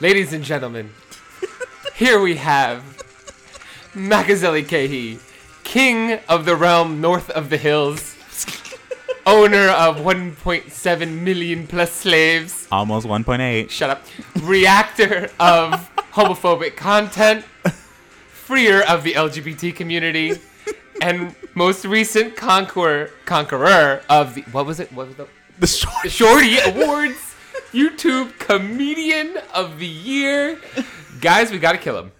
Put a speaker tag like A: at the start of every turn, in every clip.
A: Ladies and gentlemen, here we have Machiavelli Kehi, king of the realm north of the hills, owner of 1.7 million plus slaves.
B: Almost 1.8.
A: Shut up. Reactor of homophobic content, freer of the LGBT community, and most recent conqueror conqueror of the what was it? What was the
B: The short.
A: Shorty Awards YouTube Comedian of the Year. Guys, we gotta kill him.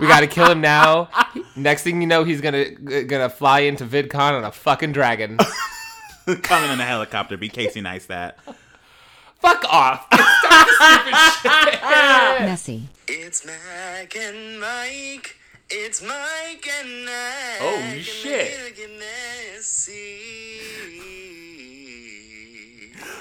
A: We gotta kill him now. Next thing you know, he's gonna gonna fly into VidCon on a fucking dragon.
B: Coming in a helicopter. Be Casey Neistat.
A: Fuck off! Stop this stupid shit.
C: Messy.
D: It's Mac and Mike. It's Mike and Mac.
A: Oh,
D: and
A: shit.
D: they get messy.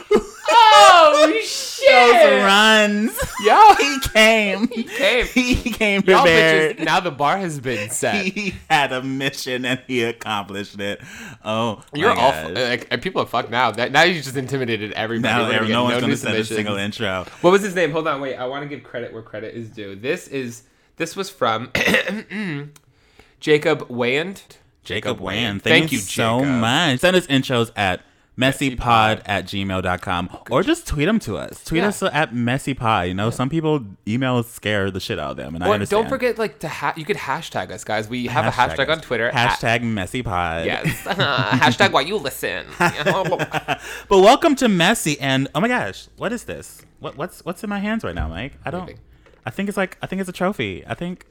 A: Oh shit!
B: Runs.
A: Yo,
B: He came.
A: came.
B: He came
A: Y'all bitches,
B: prepared.
A: now the bar has been set.
B: He had a mission and he accomplished it. Oh, my
A: You're awful.
B: gosh.
A: Like, and people are fucked now. That now you just intimidated everybody.
B: Now
A: We're
B: there,
A: gonna get
B: no one's
A: new
B: gonna send a
A: submissions.
B: single intro.
A: What was his name? Hold on, wait. I want to give credit where credit is due. This is this was from Jacob Wayand.
B: Jacob
A: Wayne.
B: Wan, thank,
A: Thank
B: you
A: you,
B: so
A: Jacob.
B: much. Send us intros at messypod at gmail.com or just tweet them to us. Tweet
A: Yeah.
B: us at messypod. You know, some people emails scare the shit out of them, and I
A: Or
B: understand.
A: don't forget like to ha- you could hashtag us guys. We have a hashtag
B: us.
A: on Twitter. at-
B: Hashtag messypod.
A: yes. hashtag while you listen.
B: But welcome to Messy and oh my gosh, what is this? What what's what's in my hands right now, Mike? I don't
A: Nothing.
B: I think it's like I think it's a trophy. I think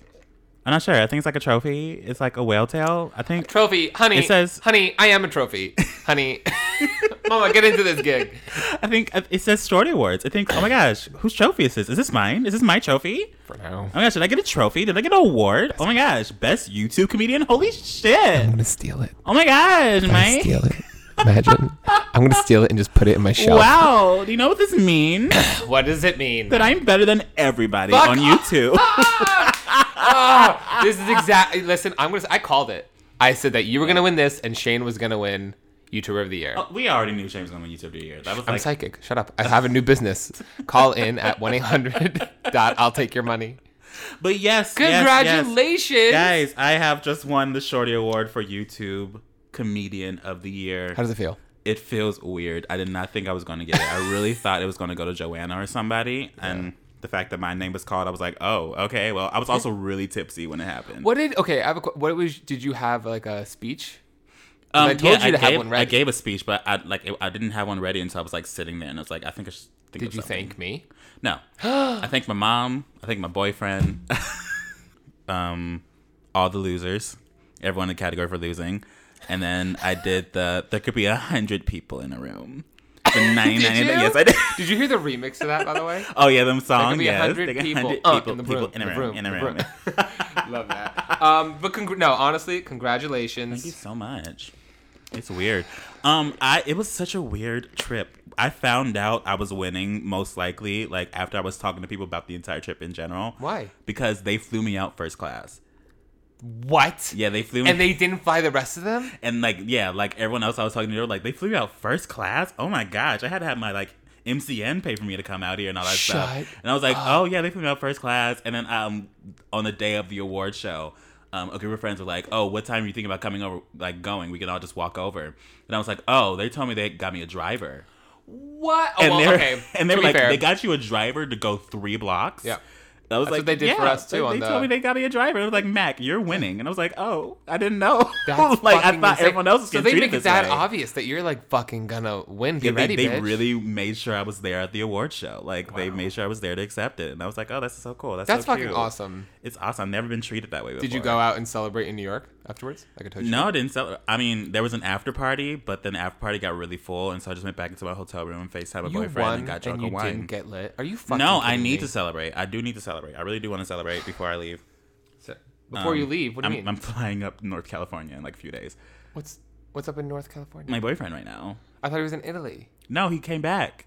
B: I'm not sure. I think it's like a trophy. It's like a whale tail. I think
A: trophy, honey.
B: It says-
A: honey, I am a trophy. honey. Mama, get into this gig.
B: I think it says shorty awards. I think oh my gosh, whose trophy is this? Is this mine? Is this my trophy?
A: For now.
B: Oh my gosh, did I get a trophy? Did I get an award? oh my gosh, best YouTube comedian? Holy shit.
A: gonna steal it.
B: Oh my gosh, Mike.
A: it. Imagine. I'm gonna steal it and just put it in my shelf.
B: Wow, do you know what this means?
A: What does it mean?
B: that I'm better than everybody
A: Fuck
B: on
A: off.
B: YouTube.
A: this is exactly. Listen, I'm gonna. I called it. I said that you were gonna win this, and Shane was gonna win YouTuber of the Year.
B: we already knew James was going to YouTube the year. That was
A: I'm
B: Oh, like
A: psychic. Shut up. I have a new business. Call in at one eight hundred dot. I'll take your money.
B: But yes, yes, yes.
A: Congratulations,
B: guys! I have just won the Shorty Award for YouTube Comedian of the Year.
A: How does it feel?
B: It feels weird. I did not think I was going to get it. I really thought it was going to go to Joanna or somebody, and the fact that my name was called, I was like, oh, okay. Well, I was also really tipsy when it happened.
A: What did? Okay, I have a. qu- What was? Did you have like a speech?
B: Um,
A: I told you to
B: gave,
A: have one ready.
B: I gave a speech, but I like it, I didn't have one ready until I was like sitting there, and I was like, I think I should. Think
A: Did
B: of
A: you
B: something.
A: thank me?
B: No. I thank my mom. I thank my boyfriend. um, all the losers. Everyone in the category for losing. And then I did the. There could be a hundred people in a room. The ninety nine.
A: you?
B: Yes, I did.
A: Did you hear the remix of that? By the way,
B: Oh yeah, them song.
A: be a
B: yes.
A: hundred
B: There could be a
A: people,
B: hundred
A: uh,
B: people,
A: in the
B: people
A: room,
B: in a room, in a room.
A: love that. Um, but congr- no, honestly, congratulations.
B: Thank you so much. It's weird. Um, I it was such a weird trip. I found out I was winning most likely like after I was talking to people about the entire trip in general.
A: Why?
B: Because they flew me out first class.
A: What?
B: Yeah, they flew me
A: And they didn't fly the rest of them.
B: and like yeah, like everyone else I was talking to, they were like, they flew you out first class. Oh my gosh, I had to have my like MCN pay for me to come out here and all that
A: Shut
B: stuff. And I was like, oh yeah, they flew me out first class. And then um, on the day of the award show, um, a group of friends were like, oh, what time are you thinking about coming over? Like going, we can all just walk over. And I was like, oh, they told me they got me a driver.
A: What? Oh,
B: And
A: well,
B: they're
A: okay.
B: and they
A: to
B: were
A: be
B: like,
A: fair.
B: they got you a driver to go three blocks.
A: Yeah.
B: I was
A: That's
B: like,
A: what they did
B: yeah.
A: for us, too,
B: They,
A: on
B: they
A: the-
B: told me they got me a driver. It was like, Mac, you're winning, and I was like, oh, I didn't know.
A: That's
B: like I
A: fucking
B: thought
A: insane.
B: everyone else was
A: So
B: getting
A: they
B: treated
A: make it
B: this
A: that
B: way.
A: obvious that you're like fucking gonna win. Get
B: Yeah,
A: ready,
B: they, they
A: bitch.
B: really made sure I was there at the award show. Like they made sure I was there to accept it, and I was like, "Oh, that's so cool. That's
A: That's
B: so
A: fucking
B: cute.
A: awesome.
B: It's awesome. I've never been treated that way before."
A: Did you go out and celebrate in New York afterwards? Like I told you.
B: No, I didn't. Sell- I mean, there was an after party, but then the after party got really full, and so I just went back into my hotel room and Facetime my
A: you
B: boyfriend
A: won
B: and got drunk
A: and you
B: on wine.
A: didn't get lit. Are you fucking?
B: no, I
A: kidding
B: need
A: me?
B: to celebrate. I do need to celebrate. I really do want to celebrate before I leave.
A: So- Before
B: Um,
A: you leave, what do
B: I'm,
A: you mean?
B: I'm flying up North California in like a few days.
A: what's what's up in North California?
B: My boyfriend right now.
A: I thought he was in Italy
B: No, he came back.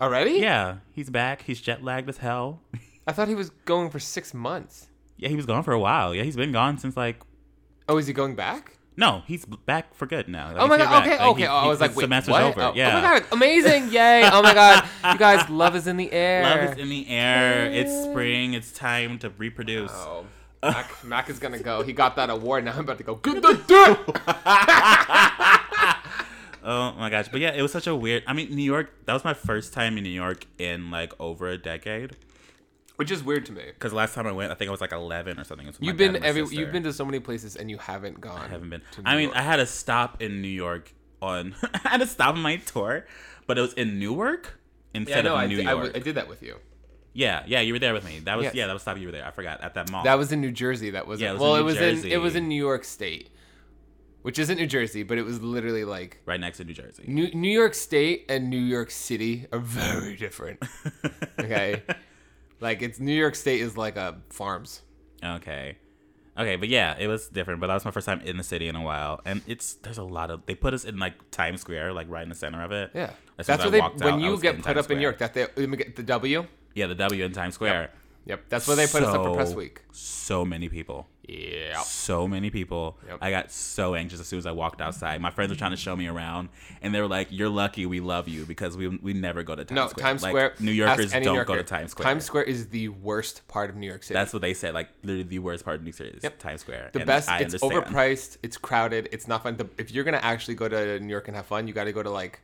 A: already.
B: Yeah, he's back. He's jet lagged as hell.
A: I thought he was going for six months.
B: Yeah, he was gone for a while. Yeah, he's been gone since like
A: Oh, is he going back?
B: No, he's back for good now. Like,
A: Oh my
B: he
A: god!
B: came back.
A: Okay,
B: Like,
A: okay.
B: he-
A: oh, I
B: he-
A: was
B: his
A: like, wait,
B: semester's
A: what?
B: over.
A: Oh,
B: yeah.
A: oh my god! Amazing! Yay! Oh my god! You guys, love is in the air.
B: Love is in the air. It's spring. It's time to reproduce.
A: Oh, Mac, Mac is gonna go. He got that award. Now I'm about to go. Good the dick.
B: Oh my gosh. But yeah, it was such a weird. I mean, New York, that was my first time in New York in like over a decade.
A: Which is weird to me.
B: Because last time I went, I think I was like 11 or something. It was with my
A: You've
B: dad
A: been
B: and my
A: every.
B: sister.
A: You've been to so many places and you haven't gone.
B: I haven't been.
A: to
B: I
A: New
B: mean,
A: York.
B: I had a stop in New York on. I had a stop on my tour, but it was in Newark
A: Yeah, I
B: instead
A: know. I
B: of New
A: did- I
B: York.
A: w- I did that with you.
B: yeah, yeah, you were there with me. That was
A: Yes.
B: yeah, that was stop you were there. I forgot at that mall.
A: That was in New Jersey. That was
B: Yeah, it was
A: well.
B: in
A: it
B: New
A: was in.
B: Jersey.
A: It was in New York State, which isn't New Jersey, but it was literally like
B: right next to New Jersey.
A: New New York State and New York City are very different. Okay, like it's New York State is like a farms.
B: Okay. Okay, but yeah, it was different. But that was my first time in the city in a while, and it's there's a lot of they put us in like Times Square, like right in the center of it.
A: Yeah,
B: As soon
A: that's
B: as I
A: what they
B: walked
A: when
B: out, I
A: you
B: was
A: get
B: in
A: put
B: Times
A: up in New York.
B: Square.
A: That they let me get the W.
B: Yeah, the W in Times Square.
A: Yep, that's where they put us up for press
B: So-
A: week.
B: So many people.
A: Yeah,
B: so many people.
A: Yep.
B: I got so anxious as soon as I walked outside. My friends were trying to show me around, and they were like, "You're lucky we love you because we we never go to Times
A: no
B: Square.
A: Times
B: Like,
A: Square.
B: New
A: ask
B: Yorkers
A: any
B: don't
A: New
B: go to
A: Yorker.
B: Times Square.
A: Times Square is the worst part of New York City.
B: That's what they said. Like literally the worst part of New York City is
A: Yep.
B: Times Square.
A: The
B: and
A: best.
B: I
A: it's
B: understand.
A: overpriced. It's crowded. It's not fun. The, if you're gonna actually go to New York and have fun, you got to go to like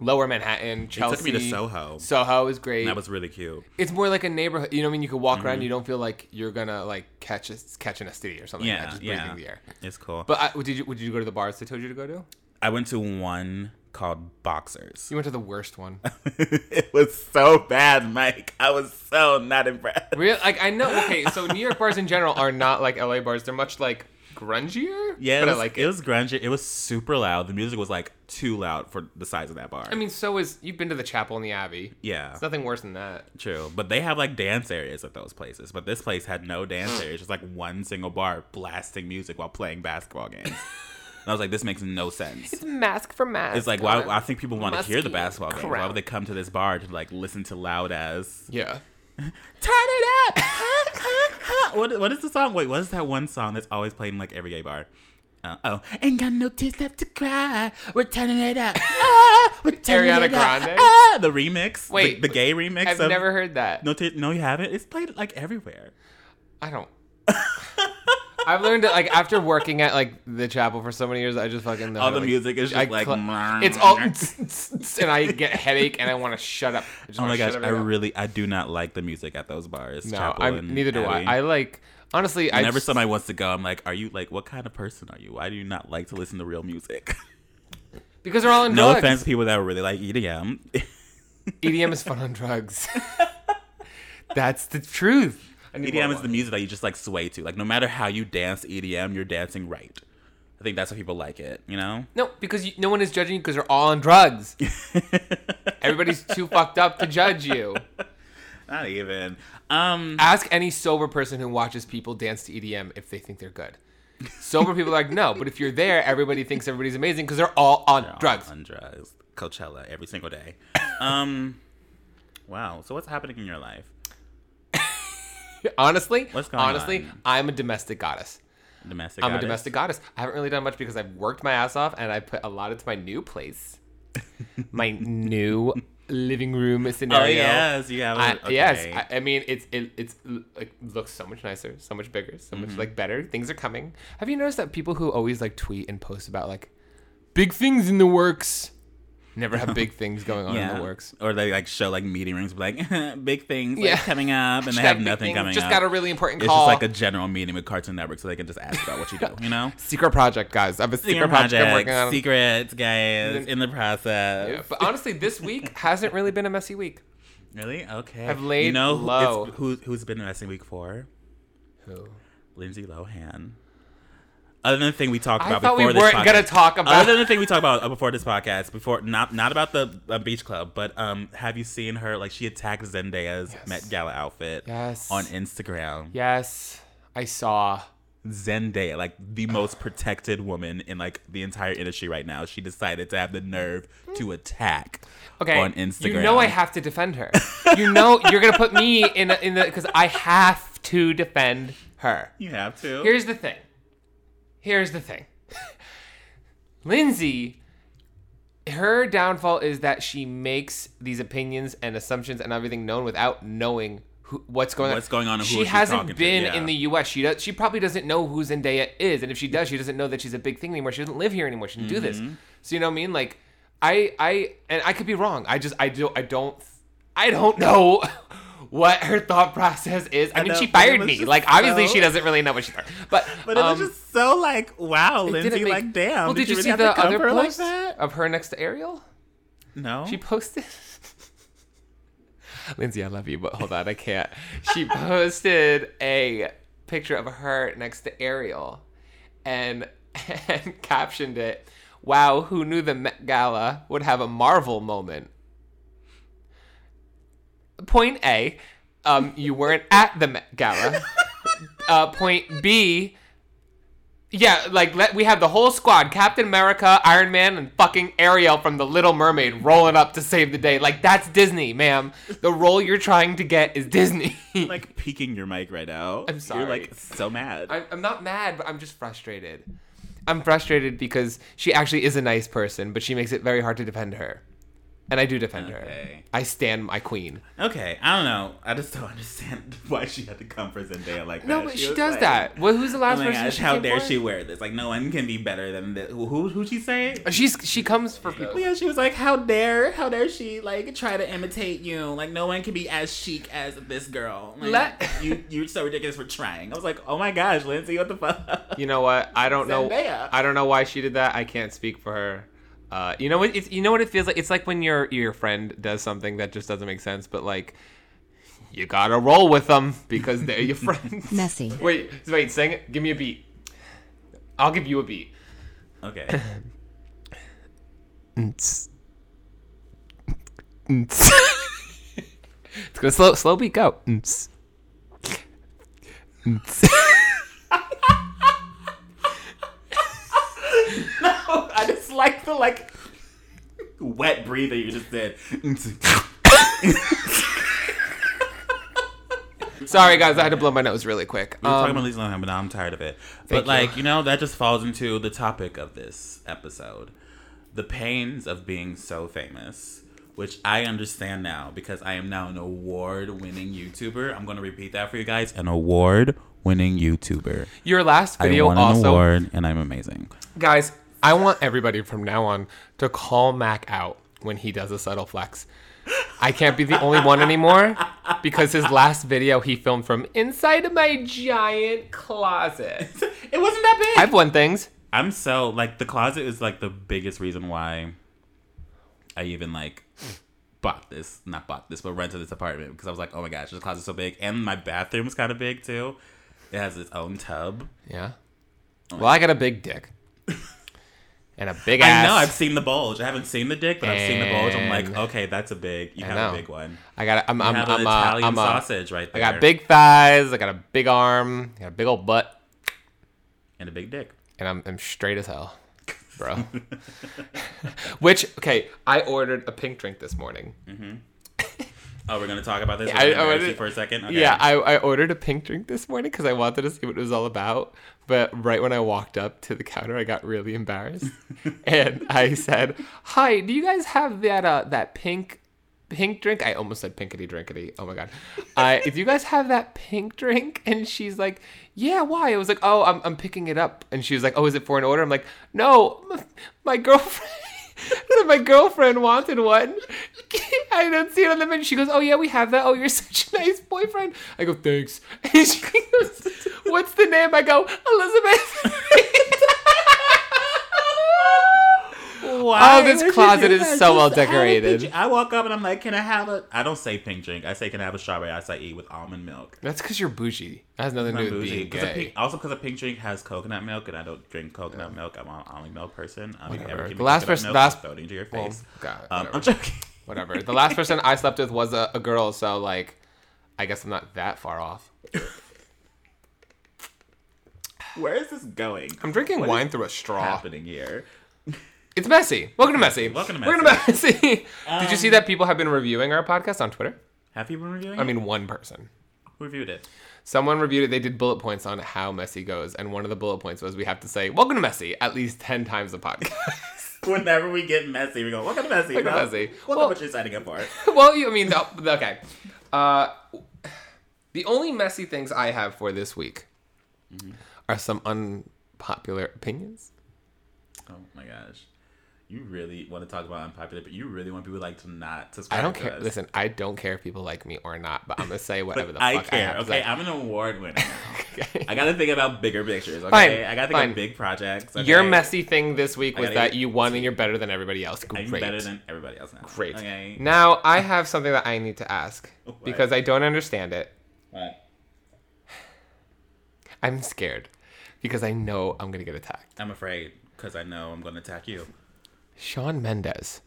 A: Lower Manhattan, Chelsea.
B: took me to Soho.
A: Soho is great.
B: That was Mm-hmm. really cute.
A: it's more like a neighborhood. You know, what I mean, you can walk around. You don't feel like you're gonna like catch a, catch an STD or something. like
B: Yeah,
A: that, just
B: yeah.
A: breathing the air.
B: It's cool. But
A: But I, did you would you go to the bars they told you to go to?
B: I went to one called Boxers.
A: You went to the worst one.
B: it was so bad, Mike. I was so not impressed.
A: Real like I know. Okay, so New York bars in general are not like LA bars. They're much like grungier.
B: Yeah, it
A: but
B: was,
A: I like
B: it was grungy. It was super loud. The music was like too loud for the size of that bar.
A: I mean, so is you've been to the Chapel and the Abbey.
B: yeah,
A: It's nothing worse than that.
B: True, but they have like dance areas at those places. But this place had no dance areas; just like one single bar blasting music while playing basketball games. and I was like, this makes no sense.
A: mask for mask.
B: It's like, why? I think people want to
A: Must
B: hear the
A: be
B: basketball games. Why
A: crowd.
B: would they come to this bar to like listen to loud as
A: Yeah.
B: "Turn It Up"? what What is the song? Wait, what is that one song that's always played in like every gay bar? Uh, oh, ain't got no tears left to cry. We're turning it up. Ah, we're turning
A: Ariana
B: it up.
A: Grande?
B: Ah, the remix. the-
A: Wait,
B: the, gay remix.
A: I've
B: of,
A: never heard that.
B: No, te- no, you haven't. It's played like everywhere. Oh,
A: I don't. I've learned that like after working at like the chapel for so many years, I just fucking know
B: All
A: how to,
B: the
A: like,
B: music is just
A: I
B: like
A: cla- it's all and I get headache and I want to shut up. I just
B: Oh
A: wanna
B: my
A: shut
B: gosh, I
A: everything up.
B: really I do not like the music at those bars.
A: no.
B: Chapel
A: I'm
B: and
A: neither do
B: Abbey.
A: I. I like honestly. I
B: Whenever
A: just,
B: somebody wants to go, I'm like, are you like what kind of person are you? Why do you not like to listen to real music?
A: because they're all in
B: no
A: drugs.
B: offense to people that really like E EDM.
A: EDM E is fun on drugs. That's the truth. I need more
B: EDM E is the
A: wine.
B: music that you just like sway to. Like no matter how you dance EDM, you're dancing right. I think that's why people like it, you know?
A: no because you, no one is judging you because they're all on drugs. Everybody's too fucked up to judge you.
B: Not even. Um
A: ask any sober person who watches people dance to EDM if they think they're good. Sober people are like, no, but if you're there, everybody thinks everybody's amazing because they're all on
B: all
A: drugs.
B: On drugs. Coachella every single day. um Wow. So what's happening in your life?
A: honestly,
B: What's going
A: honestly,
B: on?
A: I'm a domestic goddess.
B: Domestic
A: I'm a
B: goddess?
A: domestic goddess. I haven't really done much because I've worked my ass off and I put a lot into my new place, my new living room
B: Oh
A: scenario.
B: yes, you have.
A: I,
B: a- okay.
A: Yes, I, I mean it's it, it's l- like looks so much nicer, so much bigger, so much
B: Mm-hmm.
A: like better. Things are coming. Have you noticed that people who always like tweet and post about like big things in the works never have big things going on
B: yeah.
A: in the works?
B: Or they like show like meeting rings, like big things like,
A: Yeah.
B: coming up, and they
A: Hashtag
B: have
A: big
B: nothing
A: things,
B: coming
A: Just
B: up.
A: got a really important
B: it's
A: call.
B: just like a general meeting with Cartoon Network, so they can just ask about what you do. You know,
A: secret project, guys. I have a secret,
B: secret
A: project, I'm
B: project,
A: working on.
B: secrets, guys, in the process.
A: Yeah, but honestly, this week hasn't really been a messy week.
B: Really? Okay.
A: I've laid
B: you know who- it's-
A: low.
B: Who, who's been missing week four?
A: Who?
B: Lindsay Lohan. Other than the thing we talked
A: I
B: about
A: thought we
B: before this
A: weren't
B: podcast,
A: gonna talk about-
B: Other than the thing we talked about uh, before this podcast, before not not about the uh, beach club, but um, have you seen her? Like she attacked Zendaya's Met Gala outfit
A: Yes.
B: on Instagram.
A: Yes, I saw.
B: Zendaya, like the most protected woman in like the entire industry right now, she decided to have the nerve to attack
A: okay,
B: on Instagram.
A: You know I have to defend her. You know you're gonna put me in in the because I have to defend her.
B: You have to.
A: Here's the thing. Here's the thing. Lindsay, her downfall is that she makes these opinions and assumptions and everything known without knowing who, what's going
B: What's
A: on.
B: going on and who
A: she
B: she's
A: hasn't
B: talking to,
A: been
B: yeah.
A: in the U.S. She does. She probably doesn't know who Zendaya is, and if she does, she doesn't know that she's a big thing anymore. She doesn't live here anymore. She didn't do
B: Mm-hmm.
A: this. So you know what I mean? Like, I, I, and I could be wrong. I just, I do, I don't, I don't know what her thought process is. I, mean,
B: know,
A: she
B: but it
A: fired
B: was
A: me.
B: just
A: Like, obviously,
B: so-
A: she doesn't really know what she thought. But,
B: But it
A: um,
B: was just so like, wow,
A: it didn't
B: Lindsay,
A: make-
B: like, damn.
A: Well, did, you,
B: really
A: see
B: have to
A: the other
B: cover her
A: post
B: Like that?
A: of her next to Ariel?
B: No.
A: She posted. Lindsay, I love you, but hold on, I can't. She posted a picture of her next to Ariel, and and captioned it, "Wow, who knew the Met Gala would have a Marvel moment?" Point A, um, you weren't at the Met Gala. Uh, point B, yeah, like let we have the whole squad: Captain America, Iron Man, and fucking Ariel from The Little Mermaid rolling up to save the day. Like that's Disney, ma'am. The role you're trying to get is Disney.
B: like peeking your mic right now. I'm
A: sorry.
B: You're like so mad.
A: I'm, I'm not mad, but I'm just frustrated. I'm frustrated because she actually is a nice person, but she makes it very hard to defend her, and I do defend her.
B: Okay.
A: I stand my queen.
B: okay, I don't know. I just don't understand why she had to come for Zendaya like that.
A: No, but she
B: was
A: does
B: like,
A: that. Well, who's the
B: Oh
A: last
B: my
A: person?
B: gosh,
A: she
B: how
A: came
B: dare
A: for?
B: she wear this? Like, no one can be better than this. Who, who, who'd she say?
A: Uh, She's she comes for people.
B: Yeah, she was like, "How dare, how dare she like try to imitate you? Like no one can be as chic as this girl. Like,
A: Let-
B: you, you're so ridiculous for trying." I was like, "Oh my gosh, Lindsay, what the fuck?"
A: You know what? I don't know.
B: Zendaya.
A: I don't know why she did that. I can't speak for her. Uh, you know what? It's, you know what it feels like. It's like when your your friend does something that just doesn't make sense, but like you gotta roll with them because they're your friends.
C: Messy.
A: Wait, wait, sing it. Give me a beat. I'll give you a beat.
B: Okay,
A: It's gonna slow slow beat go. Nts. Nts.
B: I just like the like wet breather you just did.
A: Sorry guys, I had to blow my nose really quick.
B: We were
A: Um,
B: talking about Lisa Lohan, but now I'm tired of it.
A: you.
B: But like, you know, that just falls into the topic of this episode. The pains of being so famous. Which I understand now because I am now an award winning YouTuber. I'm gonna repeat that for you guys. An award winning YouTuber.
A: your last video
B: I won an
A: also
B: award and I'm amazing.
A: Guys, I want everybody from now on to call Mac out when he does a subtle flex. I can't be the only one anymore because his last video he filmed from inside my giant closet.
B: It wasn't that big.
A: I've won things.
B: I'm so like the closet is like the biggest reason why I even like bought this, not bought this, but rented this apartment because I was like, oh my gosh, this closet's so big, and my bathroom is kind of big too. It has its own tub.
A: Yeah. Well, I got a big dick and a big
B: I
A: ass.
B: know I've seen the bulge. I haven't seen the dick, but I've seen the bulge. I'm
A: And-
B: like, okay, that's a big. You
A: I
B: have a
A: know.
B: big one.
A: I got. A, I'm.
B: You
A: I'm.
B: have
A: I'm.
B: an
A: a-
B: Italian
A: I'm a-
B: sausage right
A: I
B: there.
A: got big thighs. I got a big arm. I got a big old butt.
B: and a big dick.
A: and I'm, I'm straight as hell, bro. Which okay, I ordered a pink drink this morning.
B: Oh, we're gonna talk about this.
A: I-
B: We're gonna
A: I
B: embarrass
A: wanted-
B: you for a second. Okay.
A: Yeah, I, I ordered a pink drink this morning because I wanted to see what it was all about. But right when I walked up to the counter, I got really embarrassed, and I said, "Hi, do you guys have that uh that pink?" Pink drink. I almost said pinkety drinkety. Oh my god! I if you guys have that pink drink, and she's like, "Yeah, why?" I was like, "Oh, I'm, I'm picking it up," and she was like, "Oh, is it for an order?" I'm like, "No, m- my girlfriend." that my girlfriend wanted one. I don't see it on the menu. She goes, "Oh yeah, we have that. Oh, you're such a nice boyfriend." I go, "Thanks." And she goes, "What's the name?" I go, "Elizabeth."
B: Why
A: Oh, this
B: would you
A: closet
B: do
A: is
B: that?
A: so well
B: Just have a
A: decorated.
B: peach- I walk up and I'm like, can I have a? I don't say pink drink. I say, can I have a strawberry acai with almond milk?
A: That's because you're bougie. That has nothing to
B: I'm
A: do with
B: bougie.
A: being
B: 'Cause a
A: gay.
B: pink, also, because a pink drink has coconut milk, and I don't drink coconut milk. I'm an almond milk person. I mean,
A: Whatever.
B: ever give
A: The
B: me
A: last
B: coconut
A: person-
B: milk,
A: last-
B: I'll throw it into your
A: Well,
B: face.
A: God,
B: um, I'm
A: whatever.
B: joking.
A: whatever. The last person I slept with was a, a girl, so like, I guess I'm not that far off.
B: Where is this going?
A: I'm drinking
B: What
A: wine
B: is
A: through a straw.
B: happening here.
A: It's messy. Welcome to messy.
B: Welcome to Um,
A: Welcome to messy. Did you see that people have been reviewing our podcast on Twitter?
B: Have you been reviewing?
A: I mean, one person.
B: Who reviewed it?
A: Someone reviewed it. They did bullet points on how Messi goes, and one of the bullet points was we have to say "Welcome to Messi" at least ten times a podcast.
B: Whenever we get messy, we go, welcome to messy.
A: Welcome to
B: bro.
A: messy.
B: Welcome
A: Well-
B: to what you're signing up for.
A: well, you, I mean, no, okay. Uh, the only messy things I have for this week
B: Mm-hmm.
A: are some unpopular opinions.
B: Oh my gosh. You really want to talk about unpopular, but you really want people like to not subscribe.
A: I don't
B: to
A: care.
B: us.
A: Listen, I don't care if people like me or not, but I'm gonna say whatever the fuck
B: I care.
A: have to
B: okay,
A: say.
B: I'm an award winner.
A: Okay.
B: I gotta think about bigger pictures. Okay,
A: Fine,
B: I gotta think
A: fine.
B: of big projects. Okay?
A: Your messy thing this week
B: I
A: was
B: gotta
A: that
B: get-
A: you won and you're better than everybody else.
B: I'm
A: Great.
B: better than everybody else now.
A: Great.
B: Okay.
A: Now I have something that I need to ask because I don't understand it.
B: What?
A: I'm scared because I know I'm gonna get attacked.
B: I'm afraid because I know I'm gonna attack you.
A: Sean Mendez.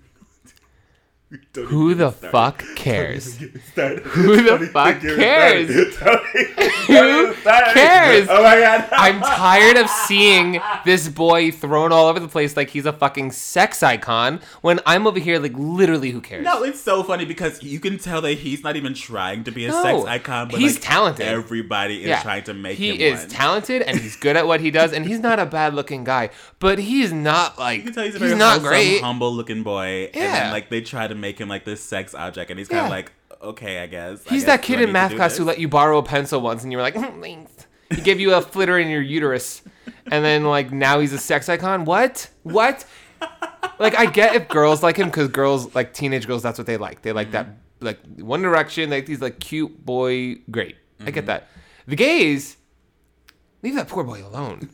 B: Don't
A: Who
B: even
A: the
B: start.
A: fuck cares?
B: Don't even start.
A: Who the
B: Don't even
A: fuck
B: get
A: cares?
B: started. Don't even
A: Who
B: get started.
A: cares?
B: Oh my god.
A: I'm tired of seeing this boy thrown all over the place like he's a fucking sex icon when I'm over here like literally who cares?
B: No, it's so funny because you can tell that he's not even trying to be a
A: No,
B: sex icon, but
A: he's
B: like,
A: talented.
B: Everybody is trying to make
A: he
B: him
A: is
B: one.
A: talented and he's good at what he does and he's not a bad looking guy, but he's not like
B: you can tell he's a
A: he's
B: very
A: not
B: wholesome,
A: great.
B: humble looking boy. And
A: Yeah.
B: then, like, they try to make him, like, this sex object, and he's kind
A: Yeah.
B: of like, okay, I guess. I
A: He's
B: guess
A: that
B: do
A: kid
B: I
A: in
B: need
A: math
B: to do
A: class
B: this?
A: who let you borrow a pencil once and you were like, "Mm, thanks." He gave you a flitter in your uterus and then like now he's a sex icon. What? What? Like I get if girls like him because girls like teenage girls, that's what they like. They like
B: Mm-hmm.
A: that like One Direction, like these like cute boy great. I
B: Mm-hmm.
A: get that. The gays, leave that poor boy alone.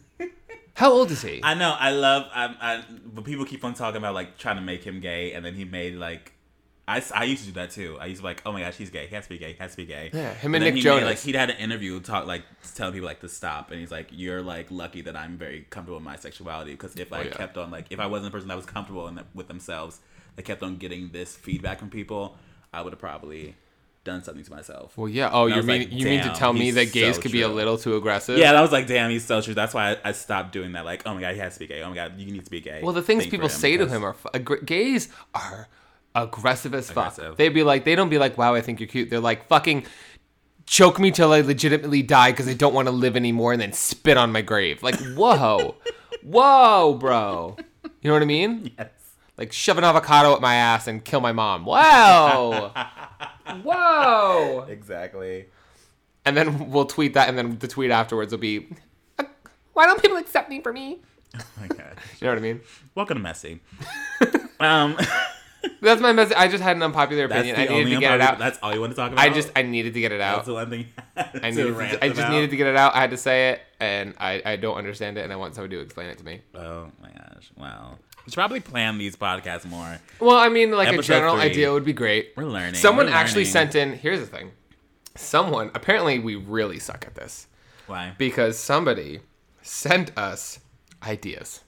A: How old is he?
B: I know. I love. I, I, but people keep on talking about like trying to make him gay, and then he made like. I, s- I used to do that too. I used to be like, oh my gosh, he's gay. He has to be gay. He has to be gay.
A: Yeah, him and
B: then
A: Nick
B: he
A: Jonas.
B: like he had an interview talk like telling people like to stop, and he's like, you're like lucky that I'm very comfortable in my sexuality because if
A: Oh,
B: I
A: yeah.
B: kept on like if I wasn't a person that was comfortable in the, with themselves, that kept on getting this feedback from people, I would have probably done something to myself.
A: well, yeah. Oh,
B: And I
A: you
B: was
A: mean
B: like,
A: you mean to
B: "Damn,
A: tell me
B: he's
A: that gays
B: so
A: could be a
B: true."
A: little too aggressive?
B: Yeah, and I was like, damn, he's so true. That's why I, I stopped doing that. Like, oh my god, he has to be gay. Oh my god, you need to be gay.
A: Well, the things
B: thing for
A: people say to
B: because-
A: him are fu- aggr- gays are aggressive as fuck.
B: Aggressive.
A: They'd be like, they don't be like, wow, I think you're cute. They're like, fucking choke me till I legitimately die because I don't want to live anymore, and then spit on my grave. Like, whoa, whoa, bro. You know what I mean?
B: Yes.
A: Like, shove an avocado at my ass and kill my mom. Whoa, whoa.
B: Exactly.
A: And then we'll tweet that, and then the tweet afterwards will be, why don't people accept me for me?
B: my gosh.
A: You know what I mean?
B: Welcome to Messy. um,
A: That's my message. I just had an unpopular
B: that's
A: opinion.
B: the
A: I needed
B: only
A: to get it
B: unpopular-
A: out.
B: That's all you want to talk about.
A: I just I needed to get it
B: that's
A: out.
B: the one thing.
A: I needed to, I just needed to get it out. I had to say it, and I I don't understand it, and I want somebody to explain it to me.
B: Oh my gosh! Wow. We should probably plan these podcasts more.
A: Well, I mean, like a
B: Episode
A: general
B: three.
A: idea would be great.
B: We're learning.
A: Someone
B: We're
A: actually
B: learning.
A: sent in. Here's the thing. Someone apparently we really suck at this
B: Why?
A: because somebody sent us ideas.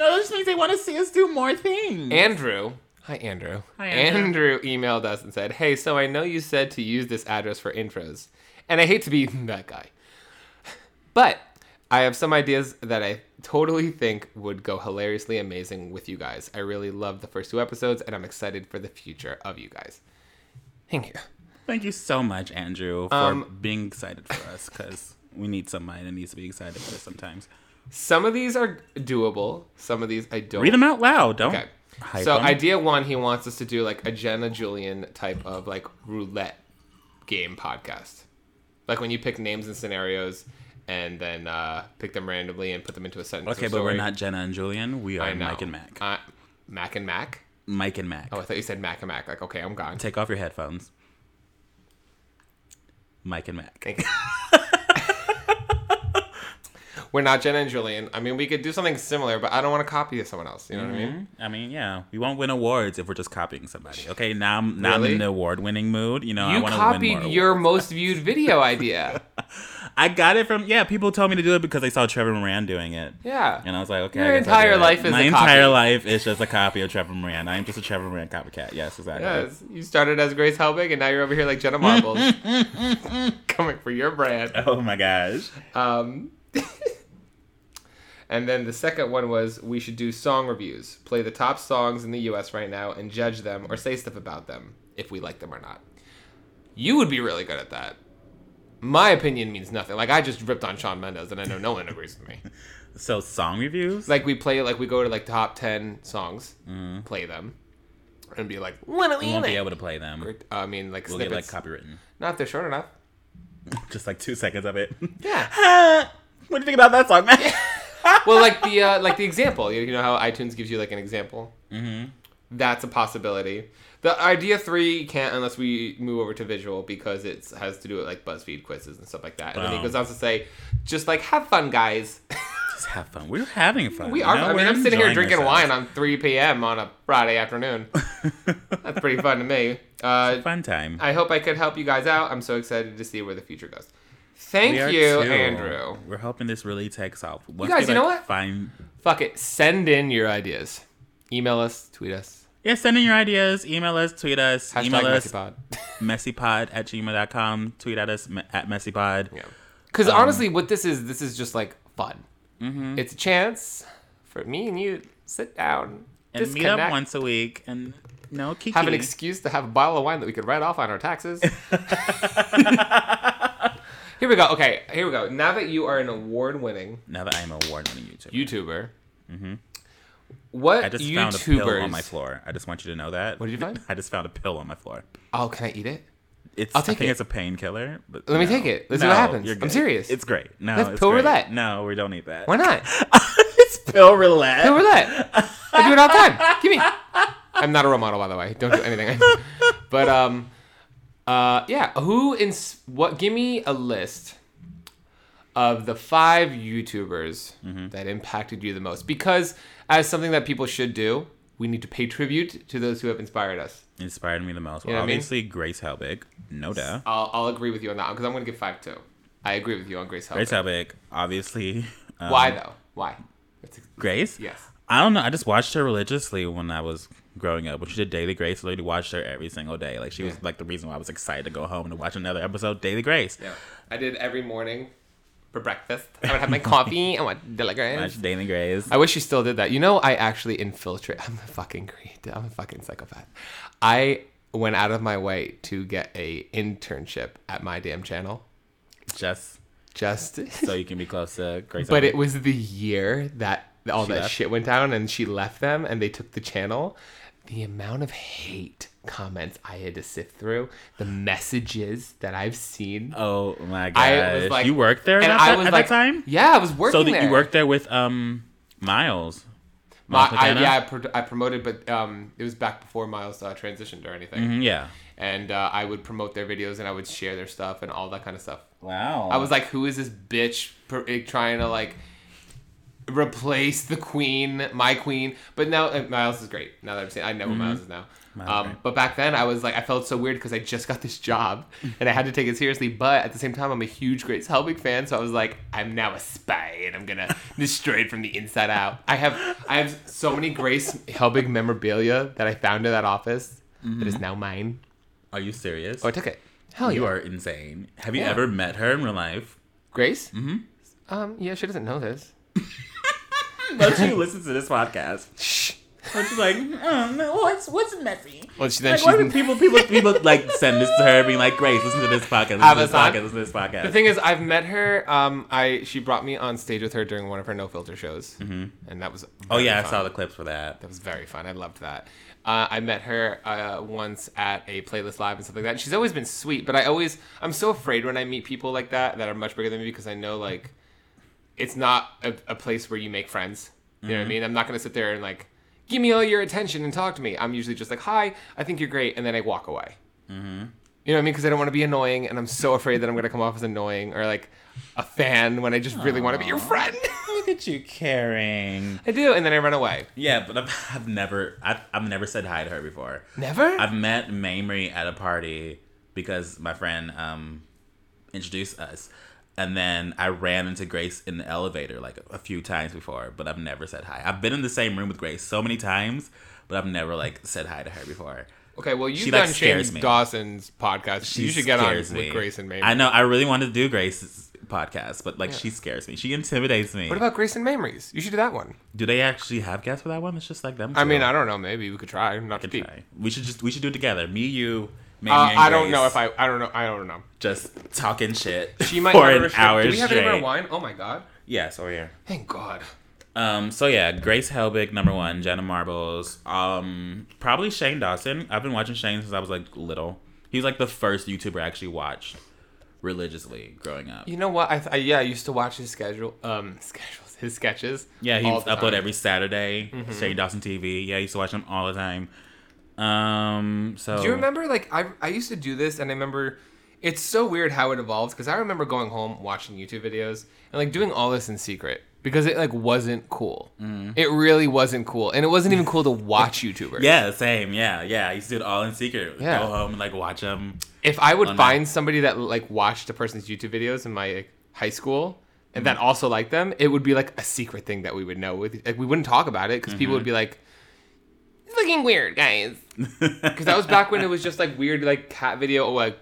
B: No, this means they want to see us do more things.
A: Andrew. Hi, Andrew.
B: Hi, Andrew.
A: Andrew emailed us and said, Hey, so I know you said to use this address for intros, and I hate to be that guy, but I have some ideas that I totally think would go hilariously amazing with you guys. I really love the first two episodes, and I'm excited for the future of you guys. Thank you.
B: Thank you so much, Andrew, for
A: Um,
B: being excited for us because we need somebody that needs to be excited for us sometimes.
A: Some of these are doable, some of these I don't.
B: Read them out loud. Don't.
A: Okay.
B: hype
A: so
B: 'em.
A: idea one, he wants us to do like a Jenna Julian type of like roulette game podcast, like when you pick names and scenarios, and then uh, pick them randomly and put them into a sentence.
B: Okay,
A: or
B: but we're
A: story.
B: not Jenna and Julian. We
A: I
B: are
A: know.
B: Mike and Mac.
A: Uh, Mac and Mac.
B: Mike and Mac.
A: Oh, I thought you said Mac and Mac. Like, okay, I'm gone.
B: Take off your headphones. Mike and Mac.
A: Thank you. we're not Jenna and Julian. I mean, we could do something similar, but I don't want to copy someone else. You know what I mean?
B: I mean, yeah, we won't win awards if we're just copying somebody. Okay, now I'm now
A: Really?
B: I'm in the award winning mood. You know, I
A: You
B: want to win
A: copied
B: more
A: your most viewed video idea.
B: awards. I got it from yeah. People told me to do it because they saw Trevor Moran doing it.
A: Yeah.
B: And I was like, okay.
A: Your
B: I guess I'll do
A: entire
B: it.
A: life is
B: my
A: a
B: entire
A: copy.
B: life is just a copy of Trevor Moran. I am just a Trevor Moran copycat. Yes, exactly.
A: Yes, you started as Grace Helbig, and now you're over here like Jenna Marbles, coming for your brand.
B: Oh my gosh.
A: Um, and then the second one was we should do song reviews, play the top songs in the U.S. right now, and judge them or say stuff about them if we like them or not. You would be really good at that. My opinion means nothing. Like I just ripped on Sean Mendes, and I know no one agrees with me.
B: So song reviews.
A: Like we play, like we go to like top ten songs, play them, and be like, "What do
B: Mm-hmm. we
A: we
B: won't be
A: like?"
B: able to play them.
A: Or, I mean, like
B: We'll get like
A: snippets.
B: copywritten.
A: Not if they're short enough.
B: Just like two seconds of it.
A: Yeah.
B: what do you think about that song, man?
A: well, like the uh, like the example. You you know how iTunes gives you like an example. Mm-hmm. That's a possibility. The idea three can't unless we move over to visual because it has to do with like BuzzFeed quizzes and stuff like that. And then he
B: Wow.
A: goes on to say, just like have fun, guys.
B: Just have fun. We're having fun.
A: We
B: you
A: are.
B: know?
A: I mean,
B: We're
A: I'm sitting here
B: enjoying
A: drinking
B: ourselves.
A: wine on 3 p.m. on a Friday afternoon. That's pretty fun to me. Uh,
B: Fun time.
A: I hope I could help you guys out. I'm so excited to see where the future goes. Thank
B: We are
A: you,
B: too.
A: Andrew.
B: We're hoping this really takes off. Once
A: guys,
B: we,
A: you know
B: like,
A: what?
B: Find
A: Fuck it. Send in your ideas. Email us, tweet us.
B: yeah, send in your ideas. Email us, tweet us,
A: Hashtag
B: email us,
A: MessyPod.
B: messypod at gmail.com. Tweet at us me- at messypod.
A: yeah.
B: Um,
A: Because honestly, what this is, this is just like fun.
B: Mm-hmm.
A: It's a chance for me and you to sit down,
B: And meet up
A: disconnect,
B: once a week and no kiki.
A: have an excuse to have a bottle of wine that we could write off on our taxes. here we go. Okay, here we go. Now that you are an award-winning
B: Now that I'm a award-winning YouTuber,
A: YouTuber, what
B: Mm-hmm. I just
A: YouTubers?
B: found a pill on my floor. I just want you to know that. What
A: did you find?
B: I just found a pill on my floor.
A: Oh, can I eat it?
B: It's
A: I'll
B: I
A: take
B: think
A: it.
B: it's a painkiller, but
A: Let me
B: no.
A: take it. Let's see
B: no,
A: what happens.
B: you're
A: I'm
B: good.
A: serious.
B: It's great. No,
A: Let's
B: it's
A: pill
B: great.
A: roulette.
B: No, we don't need that.
A: Why not?
B: it's pill roulette.
A: Pill roulette. I do it all the time. Give me. I'm not a role model, by the way. Don't do anything. but um, uh, yeah. Who in what? Give me a list of the five YouTubers that impacted you the most. Because as something that people should do, we need to pay tribute to those who have inspired us.
B: Inspired me the most.
A: know
B: Well,
A: what I mean?
B: obviously, Grace Helbig. No doubt.
A: I'll, I'll agree with you on that because I'm going to give five too. I agree with you on Grace Helbig.
B: Grace Helbig, obviously. Um,
A: Why though? Why? It's,
B: Grace?
A: yes.
B: I don't know. I just watched her religiously when I was growing up. When she did Daily Grace, I literally watched her every single day. Like she was like the reason why I was excited to go home and watch another episode of Daily Grace.
A: Yeah. I did every morning for breakfast. I would have my coffee and watch Delagrace.
B: Watch Daily Grace.
A: I wish you still did that. You know, I actually infiltrate. I'm a fucking creative. I'm a fucking psychopath. I went out of my way to get a internship at my damn channel.
B: just
A: Just,
B: so you can be close to Grace.
A: but
B: Helbig.
A: it was the year that all
B: She
A: that
B: left?
A: shit went down, and she left them, and they took the channel. The amount of hate comments I had to sift through, the messages that I was seen.
B: Oh my gosh!
A: I was like,
B: you worked there at, that, at that time?
A: yeah, I was working
B: So that
A: there.
B: you worked there with um Miles.
A: My, I,
B: Montana?
A: yeah, I, pro- I promoted, but um, it was back before Miles uh, transitioned or anything.
B: Mm, Yeah.
A: And uh, I would promote their videos and I would share their stuff and all that kind of stuff.
B: Wow.
A: I was like, who is this bitch per- eh, trying to like replace the queen, my queen? But now uh, Miles is great. Now that I'm saying, I know who Miles is now.
B: Mm-hmm. Miles is
A: Um,
B: great.
A: but back then, I was like, I felt so weird because I just got this job and I had to take it seriously. But at the same time, I'm a huge Grace Helbig fan, so I was like, I'm now a spy and I'm gonna destroy it from the inside out. I have I have so many Grace Helbig memorabilia that I found in that office that is now mine.
B: Are you serious?
A: Oh, I took it. Hell
B: Mm-hmm. you
A: yeah.
B: are insane. Have you
A: Yeah.
B: ever met her in real life?
A: Grace? Mm-hmm. Um, yeah, she doesn't know this.
B: But she listens to this podcast.
A: Shh.
B: And she's like, um, what's what's messy?
A: Well, she, then
B: Like, why
A: she-
B: do people people people like send this to her, being like, Grace, listen to this podcast, listen to this
A: Amazon.
B: podcast, listen to this podcast.
A: The thing is, I've met her. Um, I she brought me on stage with her during one of her no filter shows, mm-hmm. and that was
B: oh
A: very
B: yeah, I
A: fun.
B: saw the clips for that.
A: That was very fun. I loved that. Uh, I met her uh, once at a playlist live and stuff like that. She's always been sweet, but I always I'm so afraid when I meet people like that that are much bigger than me because I know like it's not a, a place where you make friends. You know what I mean? I'm not gonna sit there and like give me all your attention and talk to me. I'm usually just like hi, I think you're great, and then I walk away. You know what I mean? Because I don't want to be annoying, and I'm so afraid that I'm gonna come off as annoying or like a fan when I just really want to be your friend.
B: Look at you caring.
A: I do, and then I run away.
B: Yeah, but I've, I've never I've, I've never said hi to her before.
A: Never.
B: I've met Mamrie at a party because my friend um, introduced us, and then I ran into Grace in the elevator like a few times before, but I've never said hi. I've been in the same room with Grace so many times, but I've never like said hi to her before.
A: Okay, well, you've
B: She, like,
A: done
B: scares
A: Shane
B: me.
A: Dawson's podcast. you
B: She
A: should get on
B: scares
A: with Grace and Mamrie.
B: I know. I really wanted to do Grace's podcast, but like she scares me. She intimidates me.
A: What about Grace and Mamries? You should do that one.
B: do they actually have guests for that one? It's just like them.
A: I
B: two.
A: mean, I don't know. Maybe we could try. Not to
B: could
A: deep.
B: try. We should just we should do it together. Me, you, Mamie
A: Uh,
B: and
A: I don't know
B: Grace
A: if I. I don't know. I don't know.
B: just talking shit
A: She might
B: for
A: have a
B: an
A: restrict-
B: hour
A: Do we have any more
B: straight.
A: wine? Oh my god.
B: Yes, over here.
A: Thank God.
B: Um, so yeah, Grace Helbig, number one, Jenna Marbles, um, probably Shane Dawson. I've been watching Shane since I was like little. He was like the first YouTuber I actually watched religiously growing up.
A: You know what? I, th- I yeah, I used to watch his schedule. Um, schedules. His sketches.
B: Yeah, he
A: all
B: would
A: the
B: upload
A: time. Mm-hmm.
B: every Saturday. Shane Dawson TV. Yeah, I used to watch him all the time. Um, so
A: Do you remember? Like I, I used to do this, and I remember. It's so weird how it evolves because I remember going home watching YouTube videos and like doing all this in secret because it like wasn't cool. It really wasn't cool, and it wasn't even cool to watch YouTubers.
B: Mm-hmm. Yeah, same. Yeah, yeah. I used to do it all in secret.
A: Yeah.
B: Go home and like watch him.
A: if I would
B: on
A: find somebody that like watched a person's YouTube videos in my like, high school and
B: Mm-hmm.
A: that also liked them, it would be like a secret thing that we would know. With like we wouldn't talk about it because people
B: Mm-hmm.
A: would be like, "It's looking weird, guys." Because that was back when it was just like weird, like cat video or like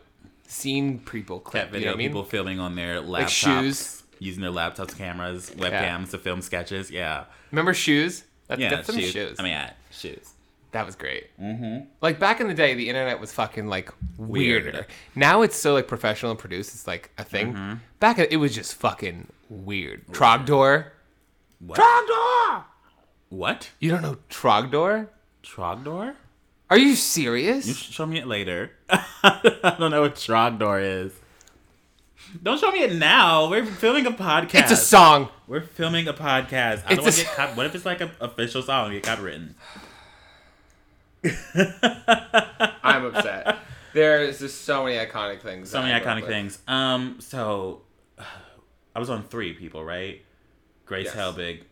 A: scene people clip.
B: That video,
A: you know what I mean?
B: people filming on their laptops,
A: shoes.
B: using their laptops, cameras, webcams to film sketches. Yeah,
A: Remember shoes? That,
B: yeah.
A: that's some shoes.
B: I mean, yeah, shoes.
A: that was great. Mm-hmm. Like back in the day, the internet was fucking like
B: Weird.
A: weirder. Now it's so like professional and produced. It's like a thing. Back in, it was just fucking weird. Trogdor.
B: What?
A: Trogdor.
B: What?
A: You don't know Trogdor?
B: Trogdor?
A: Are you serious?
B: Show me it later. I don't know what Trogdor is. Don't show me it now. We're filming a podcast.
A: It's a song.
B: We're filming a podcast.
A: It's
B: I
A: a
B: don't want
A: s-
B: to get cop- What if it's like an official song and get copywritten?
A: I'm upset. There's just so many iconic things.
B: So
A: that
B: many
A: I grew up
B: iconic
A: with.
B: things. Um, so I was on three people, right? Grace
A: Yes.
B: Helbig,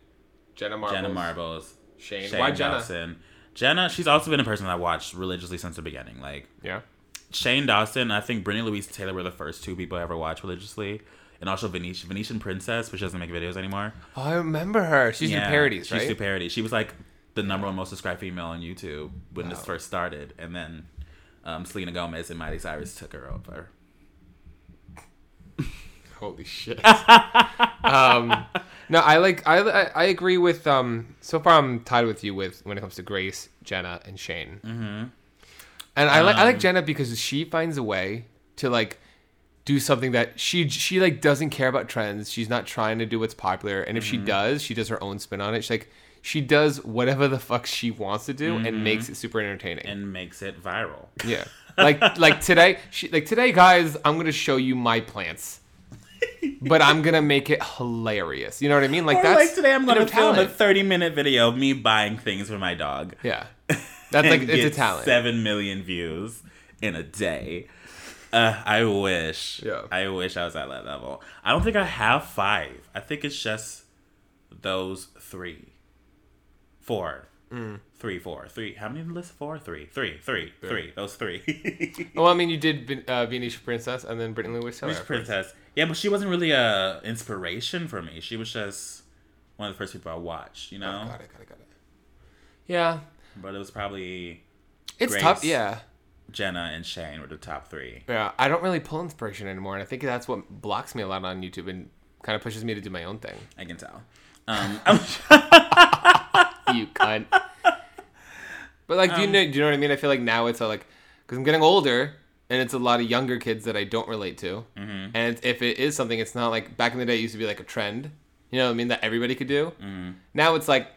A: Jenna Marbles.
B: Jenna Marbles,
A: Shane.
B: Shane
A: Why Jenna?
B: Dawson. Jenna, she's also been a person I watched religiously since the beginning. Like
A: Yeah.
B: Shane Dawson, I think Brittany Louise Taylor were the first two people I ever watched religiously. And also Venetian, Venetian Princess, which doesn't make videos anymore.
A: Oh, I remember her. She's used
B: Yeah,
A: do parodies,
B: she
A: right?
B: used to do parodies. She was like the number one most subscribed female on YouTube when this first started, and then um, Selena Gomez and Miley Cyrus took her over.
A: Holy shit. um, no, I like I, I I agree with um so far I'm tied with you with when it comes to Grace, Jenna, and Shane. Mm-hmm. And I like I like Jenna because she finds a way to like do something that she she like doesn't care about trends. She's not trying to do what's popular, and if she does, she does her own spin on it. She like she does whatever the fuck she wants to do and makes it super entertaining.
B: and makes it viral.
A: Yeah. Like like today, she, like today, guys, I'm gonna show you my plants, but I'm gonna make it hilarious. You know what I mean? Like
B: Or
A: that's
B: like today, I'm
A: you know,
B: going to film a
A: talent.
B: 30 minute video of me buying things for my dog.
A: Yeah, that's like
B: and
A: it's a
B: get
A: talent.
B: Seven million views in a day. Uh, I wish.
A: Yeah.
B: I wish I was at that level. I don't think I have five. I think it's just those three, four,
A: Mm.
B: three, four, three. How many list? Four, three, three, three, three. Those three.
A: Well, I mean, you did Vin- uh, Venetian Princess and then Brittany Lewis Taylor.
B: Miss Princess. Yeah, but she wasn't really a inspiration for me. She was just one of the first people I watched. You know.
A: Oh, Got it, got it, got it. Yeah,
B: But it was probably
A: it's
B: Grace.
A: tough. Yeah,
B: Jenna and Shane were the top three.
A: yeah. I don't really pull inspiration anymore, and I think that's what blocks me a lot on YouTube and kind of pushes me to do my own thing.
B: I can tell. Um, I'm
A: you cunt. But like, do
B: Um,
A: you know? Do you know what I mean? I feel like now it's uh, like, because I'm getting older, and it's a lot of younger kids that I don't relate to. Mm-hmm. And it's, if it is something, it's not like back in the day. It used to be like a trend. You know what I mean? That everybody could do.
B: Mm-hmm.
A: Now it's like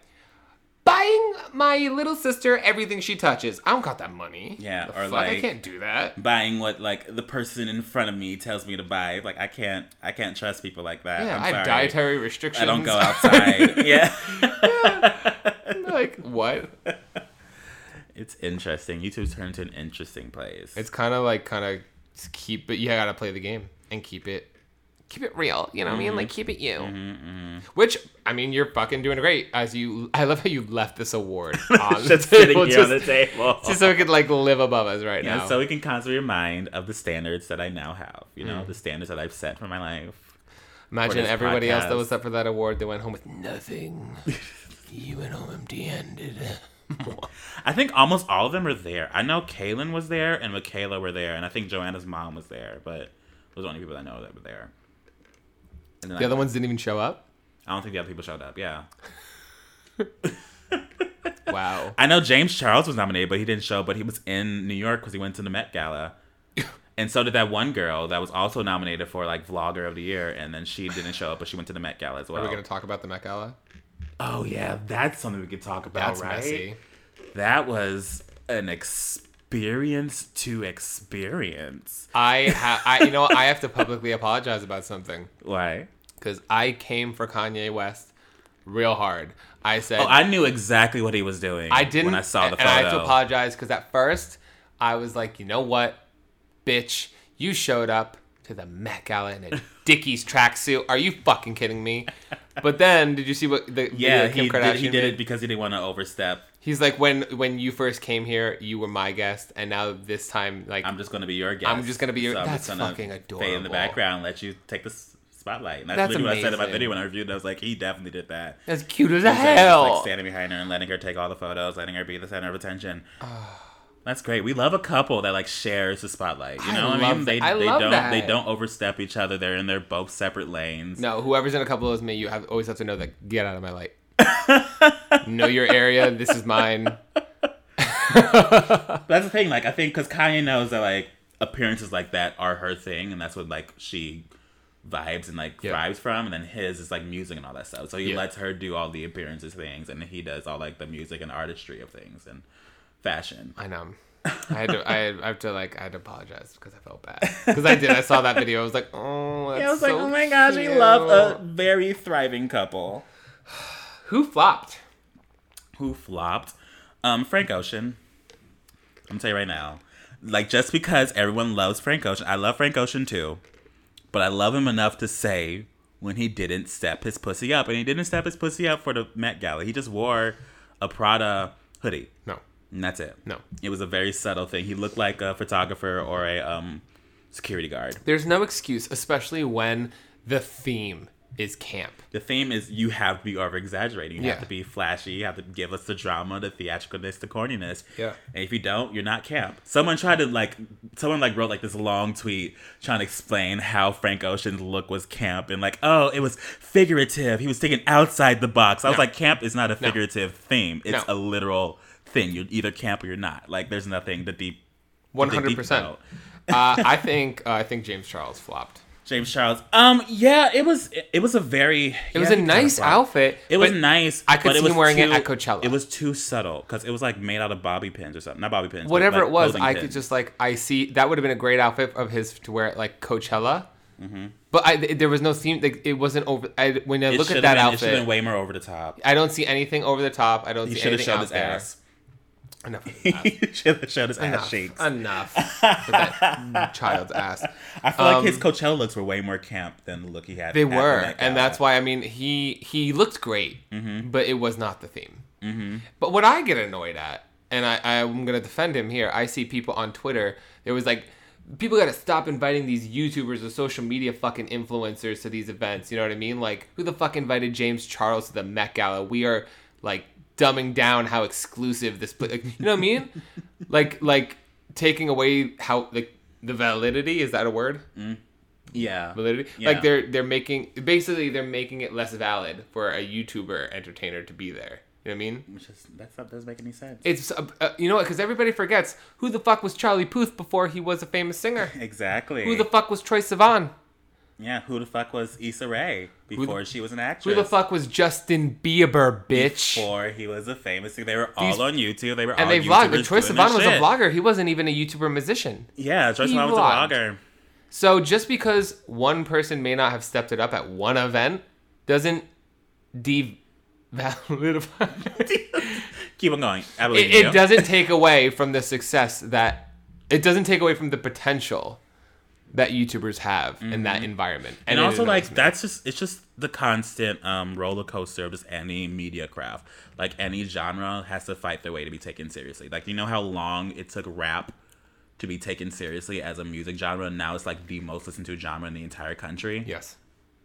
A: buying my little sister everything she touches. I don't got that money.
B: Yeah,
A: The
B: or
A: fuck? I
B: like-
A: can't do that.
B: buying what like the person in front of me tells me to buy. Like I can't, I can't trust people like that.
A: Yeah,
B: I'm
A: i have
B: sorry.
A: dietary restrictions.
B: I don't go outside. yeah,
A: like what?
B: it's interesting. YouTube's turned to an interesting place.
A: It's kind of like kind of keep, but you gotta play the game and keep it, keep it real. You know what I mean?
B: Mm-hmm.
A: Like keep it you. Which I mean, you're fucking doing great. As you, I love how you left this award on the
B: just sitting
A: table,
B: here
A: just,
B: on the table.
A: just so it could like live above us right
B: yeah,
A: now.
B: so we can constantly remind of the standards that I now have. You
A: Mm.
B: know, the standards that I've set for my life.
A: Imagine
B: this
A: everybody else that
B: podcast.
A: was up for that award. They went home with nothing. you went home empty-handed.
B: I think almost all of them are there. I know Kaylin was there and Michaela were there, and I think Joanna's mom was there, but those are the only people I know that were there. And then
A: the
B: I,
A: other ones didn't even show up.
B: I don't think the other people showed up. Yeah.
A: Wow.
B: I know James Charles was nominated, but he didn't show. But he was in New York because he went to the Met Gala. and so did that one girl that was also nominated for like Vlogger of the Year, and then she didn't show up, but she went to the Met Gala as well.
A: Are we gonna talk about the Met Gala?
B: oh yeah, that's something we could talk about,
A: That's
B: right?
A: messy.
B: That was an experience to experience.
A: I, ha- I, you know, what? I have to publicly apologize about something
B: Why?
A: because I came for Kanye West real hard. I said
B: Oh, I knew exactly what he was doing.
A: I didn't.
B: when I saw the
A: and
B: photo.
A: I have to apologize because at first I was like, you know what, bitch, you showed up to the Met Gala in a Dickies tracksuit. Are you fucking kidding me? But then, did you see what the
B: yeah,
A: video Kim
B: he
A: Kardashian
B: did, he did
A: did?
B: it because he didn't want to overstep.
A: He's like, when when you first came here, you were my guest, and now this time, like,
B: I'm just gonna be your guest.
A: I'm just gonna be your-
B: I'm
A: that's
B: just gonna
A: fucking
B: Fade in the
A: adorable.
B: background, let you take the s- spotlight. And that's,
A: That's
B: literally what I said in my
A: amazing.
B: video when I reviewed. it. I was like, he definitely did that.
A: as cute as
B: He was just,
A: hell.
B: like standing behind her and letting her take all the photos, letting her be the center of attention.
A: Ah.
B: That's great. We love a couple that like shares the spotlight. You
A: I
B: know what I
A: love
B: mean? They
A: that. I
B: they
A: love
B: don't they
A: that.
B: don't overstep each other. They're in their both separate lanes.
A: No, whoever's in a couple as me, you have always have to know that get out of my light. know your area. This is mine.
B: But that's the thing. Like I think because Kanye knows that like appearances like that are her thing, and that's what like she vibes and like
A: Yeah.
B: thrives from. And then his is like music and all that stuff. So he
A: Yeah.
B: lets her do all the appearances things, and he does all like the music and artistry of things and fashion.
A: I know. I had to. I, had, I have to like. I had to apologize because I felt bad because I did. I saw that video. I was like, oh. That's
B: I was like,
A: so
B: oh my gosh, we
A: cute."
B: love a very thriving couple
A: Who flopped?
B: who flopped. Um, Frank Ocean. I'm telling you right now. Like just because everyone loves Frank Ocean, I love Frank Ocean too, but I love him enough to say when he didn't step his pussy up, and he didn't step his pussy up for the Met Gala. He just wore a Prada hoodie,
A: No.
B: and that's it.
A: No.
B: it was a very subtle thing. He looked like a photographer or a um security guard.
A: There's no excuse, especially when the theme is camp.
B: the theme is you have to be over exaggerating. You
A: Yeah.
B: have to be flashy. You have to give us the drama, the theatricalness, the corniness.
A: Yeah.
B: And if you don't, you're not camp. Someone tried to like, someone like wrote like this long tweet trying to explain how Frank Ocean's look was camp and like, oh, it was figurative. He was thinking outside the box. I was
A: No.
B: like, camp is not a figurative theme. It's
A: No.
B: a literal thing. You're either camp or you're not. Like, there's nothing to deep.
A: One
B: to dig
A: hundred
B: deep
A: percent.
B: about.
A: I think. Uh, I think James Charles flopped.
B: James Charles. Um, yeah, it was. It, it was a very.
A: It was a nice outfit.
B: It was
A: but
B: nice.
A: I could
B: but
A: see
B: it was
A: him wearing it
B: too-
A: at Coachella.
B: It was too subtle because it was like made out of bobby pins or something. Not bobby pins. but,
A: Whatever
B: like,
A: it was,
B: clothing
A: I
B: pins.
A: could just like. I see that would have been a great outfit of his to wear at like Coachella. But I, there was no theme. Like, it wasn't over. I, when I
B: Mm-hmm. It
A: look at
B: should've
A: that
B: been, It should
A: outfit,
B: have been way more over the top.
A: I don't see anything over the top. I don't
B: He
A: see
B: should have
A: anything
B: showed
A: out
B: his
A: there.
B: ass.
A: Enough. of that.
B: he should have showed his ass
A: Enough. Uh,
B: cheeks.
A: Enough. with that child's ass.
B: I feel like his Coachella looks were way more camp than the look he had.
A: um, They
B: at the
A: were,
B: Met Gala.
A: and that's why I mean he he looked great, but it was not the theme. But what I get annoyed at, and I I'm gonna defend him here. I see people on Twitter. There was like. People gotta stop inviting these YouTubers or social media fucking influencers to these events. You know what I mean? Like, who the fuck invited James Charles to the Met Gala? We are like dumbing down how exclusive this. Pla- like, you know what I mean? like, like taking away how like the validity is that a word?
B: yeah.
A: validity.
B: Yeah.
A: Like they're they're making basically they're making it less valid for a YouTuber entertainer to be there. You know what I mean?
B: Which is, that's not doesn't make any sense.
A: It's uh, uh, you know what? Because everybody forgets who the fuck was Charlie Puth before he was a famous singer.
B: exactly.
A: Who the fuck was Troy Sivan?
B: yeah. Who the fuck was Issa Rae before she was an
A: Who
B: actress?
A: the fuck was Justin Bieber, bitch?
B: Before he was a famous. They were all
A: These-
B: on YouTube. They were all
A: And they vlogged.
B: YouTubers
A: But Troy
B: doing
A: Sivan
B: their
A: was a
B: shit.
A: vlogger. He wasn't even a YouTuber musician.
B: Yeah, Joyce
A: He
B: Mom was a
A: vlogged.
B: vlogger.
A: So just because one person may not have stepped it up at one event doesn't devalidify.
B: Keep on going. I believe
A: it, it
B: you.
A: doesn't take away from the success that it doesn't take away from the potential that YouTubers have in that environment.
B: Mm-hmm. And
A: it
B: also,
A: annoys
B: like
A: me.
B: that's just it's just the constant um, roller coaster of just any media craft. Like any genre has to fight their way to be taken seriously. Like you know how long it took rap to be taken seriously as a music genre, and now it's like the most listened to genre in the entire country.
A: yes,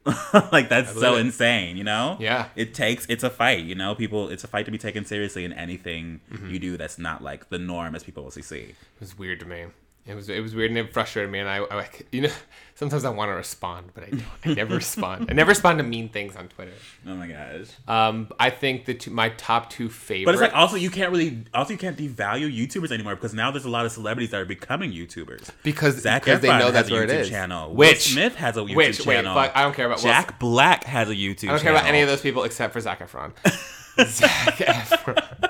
B: like that's so
A: believe it.
B: insane, you know?
A: Yeah.
B: It takes it's a fight, you know. People, it's a fight to be
A: Mm-hmm.
B: taken seriously in anything you do that's not like the norm as people mostly see.
A: it was weird to me. It was it was weird and it frustrated me. And I, I you know, sometimes I want to respond, but I don't. I never respond. I never respond to mean things on Twitter.
B: Oh my gosh.
A: Um, I think the two, my top two favorites.
B: But it's like oh, also you can't really also you can't devalue YouTubers anymore because now there's a lot of celebrities that are becoming YouTubers.
A: because
B: Zach
A: because they
B: Efron
A: know
B: has
A: that's
B: a
A: where it
B: YouTube
A: is.
B: channel. Will
A: Which
B: Smith has a YouTube
A: which,
B: channel.
A: Wait, fuck, I don't care about Will
B: Jack Black has a YouTube.
A: I don't care about any of those people except for Zac Efron. Zac Efron.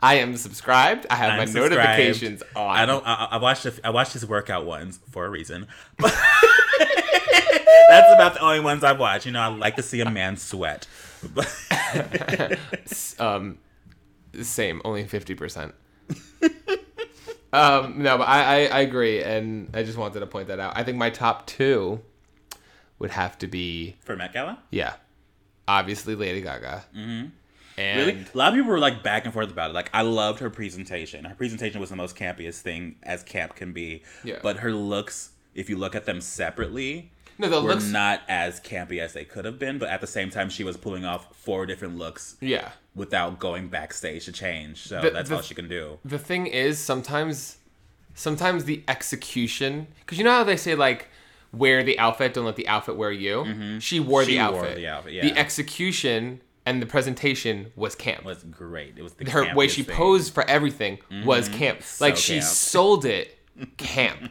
A: I am subscribed. I have my notifications on.
B: I don't. I, I watched. A, I watched his workout ones for a reason. That's about the only ones I've watched. You know, I like to see a man sweat. But
A: Um, same, only fifty percent. um, no, but I, I I agree, and I just wanted to point that out. I think my top two would have to be
B: for Met Gala,
A: yeah, obviously Lady Gaga, mm-hmm. and
B: really, a lot of people were like back and forth about it. Like, I loved her presentation. Her presentation was the most campiest thing as camp can be.
A: Yeah.
B: But her looks, if you look at them separately,
A: no, the
B: were
A: looks
B: not as campy as they could have been. But at the same time, she was pulling off four different looks
A: yeah.
B: without going backstage to change. So
A: The-
B: that's
A: the-
B: all she can do.
A: the thing is sometimes sometimes the execution because you know how they say like wear the outfit don't let the outfit wear you she wore
B: Mm-hmm. She
A: the
B: wore
A: outfit
B: the outfit, yeah.
A: The execution and the presentation was camp
B: was great. It was the
A: her way
B: campiest
A: she
B: thing.
A: posed for everything was camp like she
B: Mm-hmm. camp.
A: sold it camp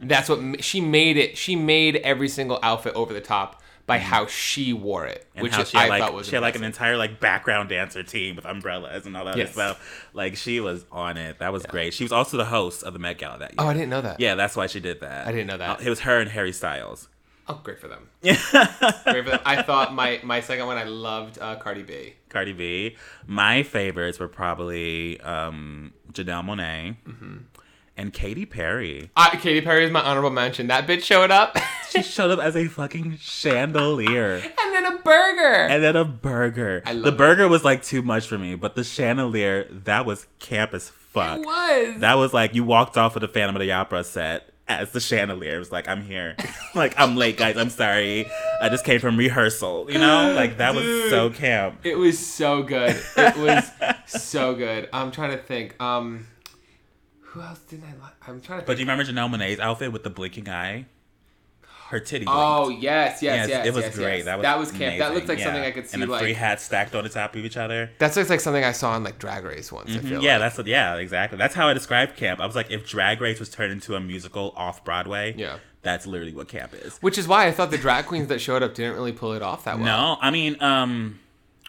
A: that's what ma- she made it she made every single outfit over the top by how she wore it
B: Mm-hmm. And
A: which
B: how
A: is-
B: she had,
A: i
B: like,
A: thought was
B: she had like an
A: impressive.
B: entire like background dancer team with umbrellas and all that
A: Yes.
B: other stuff. Like she was on it. That was great. She was also the host of the Met Gala that year.
A: oh i didn't know that
B: yeah, that's why she did that.
A: I didn't know that.
B: Uh, It was her and Harry Styles.
A: oh great for them great for them i thought my my second one i loved uh, cardi b
B: Cardi B. My favorites were probably um, Janelle Monae
A: Mm-hmm.
B: and Katy Perry.
A: I, Katy Perry is my honorable mention. That bitch showed up,
B: She showed up as a fucking chandelier.
A: and then a burger.
B: and then a burger.
A: I love
B: the
A: it.
B: burger was like too much for me, but the chandelier that was camp as fuck.
A: it was.
B: That was like you walked off of the Phantom of the Opera set as the chandelier. It was like I'm here, like I'm late, guys. I'm sorry. I just came from rehearsal. You know, like that was so camp.
A: it was so good. It was so good. I'm trying to think. Um, who else didn't I like? I'm trying to.
B: But
A: Think.
B: do you remember Janelle Monae's outfit with the blinking eye? Her titty. blinked.
A: Oh yes, yes, yes.
B: Yes, it was
A: yes,
B: great.
A: yes.
B: That was
A: camp. That looked
B: amazing.
A: like something
B: Yeah.
A: I could see.
B: And then
A: Like
B: three hats stacked on the top of each other.
A: that looks like something I saw on like Drag Race once. I feel
B: Mm-hmm. Yeah,
A: like.
B: that's what, yeah, exactly. That's how I described camp. I was like, if Drag Race was turned into a musical off Broadway,
A: Yeah.
B: that's literally what camp is.
A: Which is why I thought the drag queens that showed up didn't really pull it off that well.
B: No, I mean, um,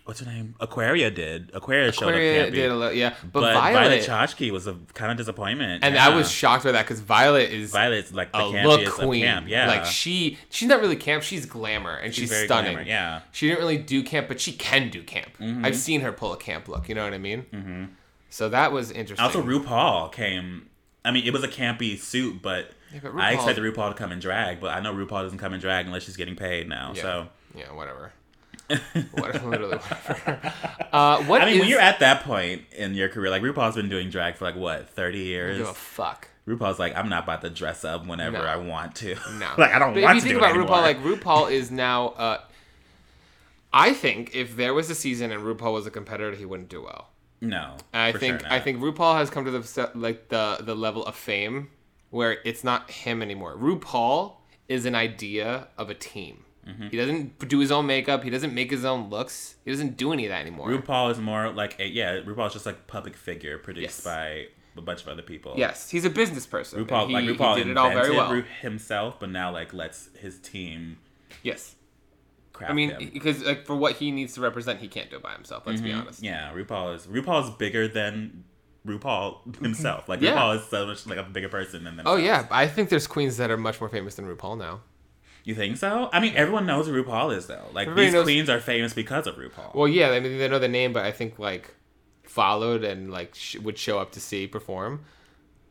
B: what's her name? Aquaria did. Aquaria, showed up
A: Aquaria
B: campy.
A: did a little, yeah, but,
B: but
A: Violet,
B: Violet, Chachki was a kind of disappointment.
A: and
B: yeah.
A: I was shocked by that because Violet is
B: Violet's like the
A: a
B: campiest
A: look
B: of
A: queen.
B: camp. Yeah,
A: Like she she's not really camp, she's glamour and she's,
B: very
A: stunning.
B: glamour, yeah. Mm-hmm.
A: She didn't really do camp, but she can do camp. I've seen her pull a camp look, you know what I mean? Mm-hmm. So that was interesting.
B: Also, RuPaul came. I mean, it was a campy suit, but,
A: but RuPaul-
B: I expected RuPaul to come in drag. But I know RuPaul doesn't come in drag unless she's getting paid now.
A: yeah.
B: So
A: Yeah, whatever. whatever literally whatever. Uh what
B: I mean, when
A: is-
B: you're at that point in your career, like RuPaul's been doing drag for like what thirty
A: I don't
B: years.
A: give a fuck.
B: RuPaul's like, I'm not about to dress up whenever
A: No.
B: I want to.
A: No.
B: like I don't
A: But
B: want
A: if
B: to
A: you think
B: do
A: about
B: it
A: RuPaul,
B: anymore.
A: like RuPaul is now uh I think if there was a season and RuPaul was a competitor, he wouldn't do well.
B: no.
A: I
B: for
A: think
B: sure
A: I
B: not.
A: think RuPaul has come to the se- like the the level of fame where it's not him anymore. RuPaul is an idea of a team.
B: Mm-hmm.
A: He doesn't do his own makeup. He doesn't make his own looks. He doesn't do any of that anymore.
B: RuPaul is more like a, yeah, RuPaul's just like public figure
A: Yes.
B: produced by a bunch of other people.
A: yes, he's a business person. and
B: RuPaul
A: he,
B: like
A: he
B: RuPaul
A: did it all very
B: invented
A: well.
B: Ru himself, but now like lets his team
A: yes,
B: craft
A: I mean
B: him.
A: because like for what he needs to represent, he can't do it by himself. Let's be honest.
B: Mm-hmm. Yeah, RuPaul is RuPaul's bigger than RuPaul himself. Like
A: Yeah.
B: RuPaul is so much like a bigger person than them.
A: Oh yeah, I think there's queens that are much more famous than RuPaul now.
B: You think so? I mean, everyone knows who RuPaul is though. Like
A: Everybody
B: these
A: knows-
B: queens are famous because of RuPaul.
A: Well, yeah, I mean they know the name, but I think like followed and like sh- would show up to see perform.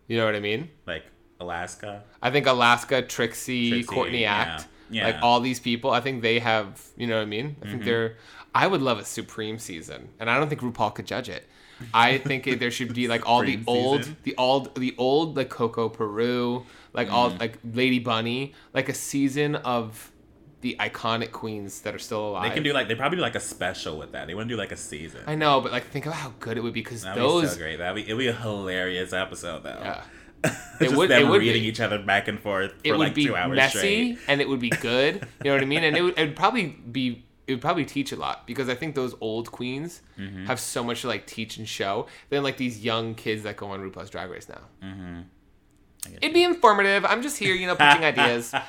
A: You know what I mean?
B: like Alaska.
A: I think Alaska, Trixie,
B: Trixie,
A: Courtney
B: yeah,
A: Act,
B: yeah. Mm-hmm.
A: like all these people. I think they have, you know what I mean? I think they're. I would love a Supreme season, and I don't think RuPaul could judge it. I think it, there should be like all the
B: Supreme
A: old,
B: season?
A: the old, the old like Coco Peru, like all
B: Mm-hmm.
A: like Lady Bunny, like a season of the iconic queens that are still alive.
B: They can do like they probably do like a special with that. They want to do like a season.
A: I know, but like think about how good it would be because
B: That'd be
A: those
B: so great. That'd be it'd be a hilarious episode though.
A: Yeah.
B: It
A: would-
B: them
A: it would
B: reading
A: be.
B: each other back and forth for
A: it would
B: like
A: be
B: two hours
A: messy
B: straight.
A: and it would be good. You know what I mean? And it would, it would probably be it would probably teach a lot because I think those old queens
B: Mm-hmm.
A: have so much to like teach and show than like these young kids that go on RuPaul's Drag Race now.
B: Mm-hmm.
A: It'd be informative. I'm just here, you know, pitching ideas. Uh,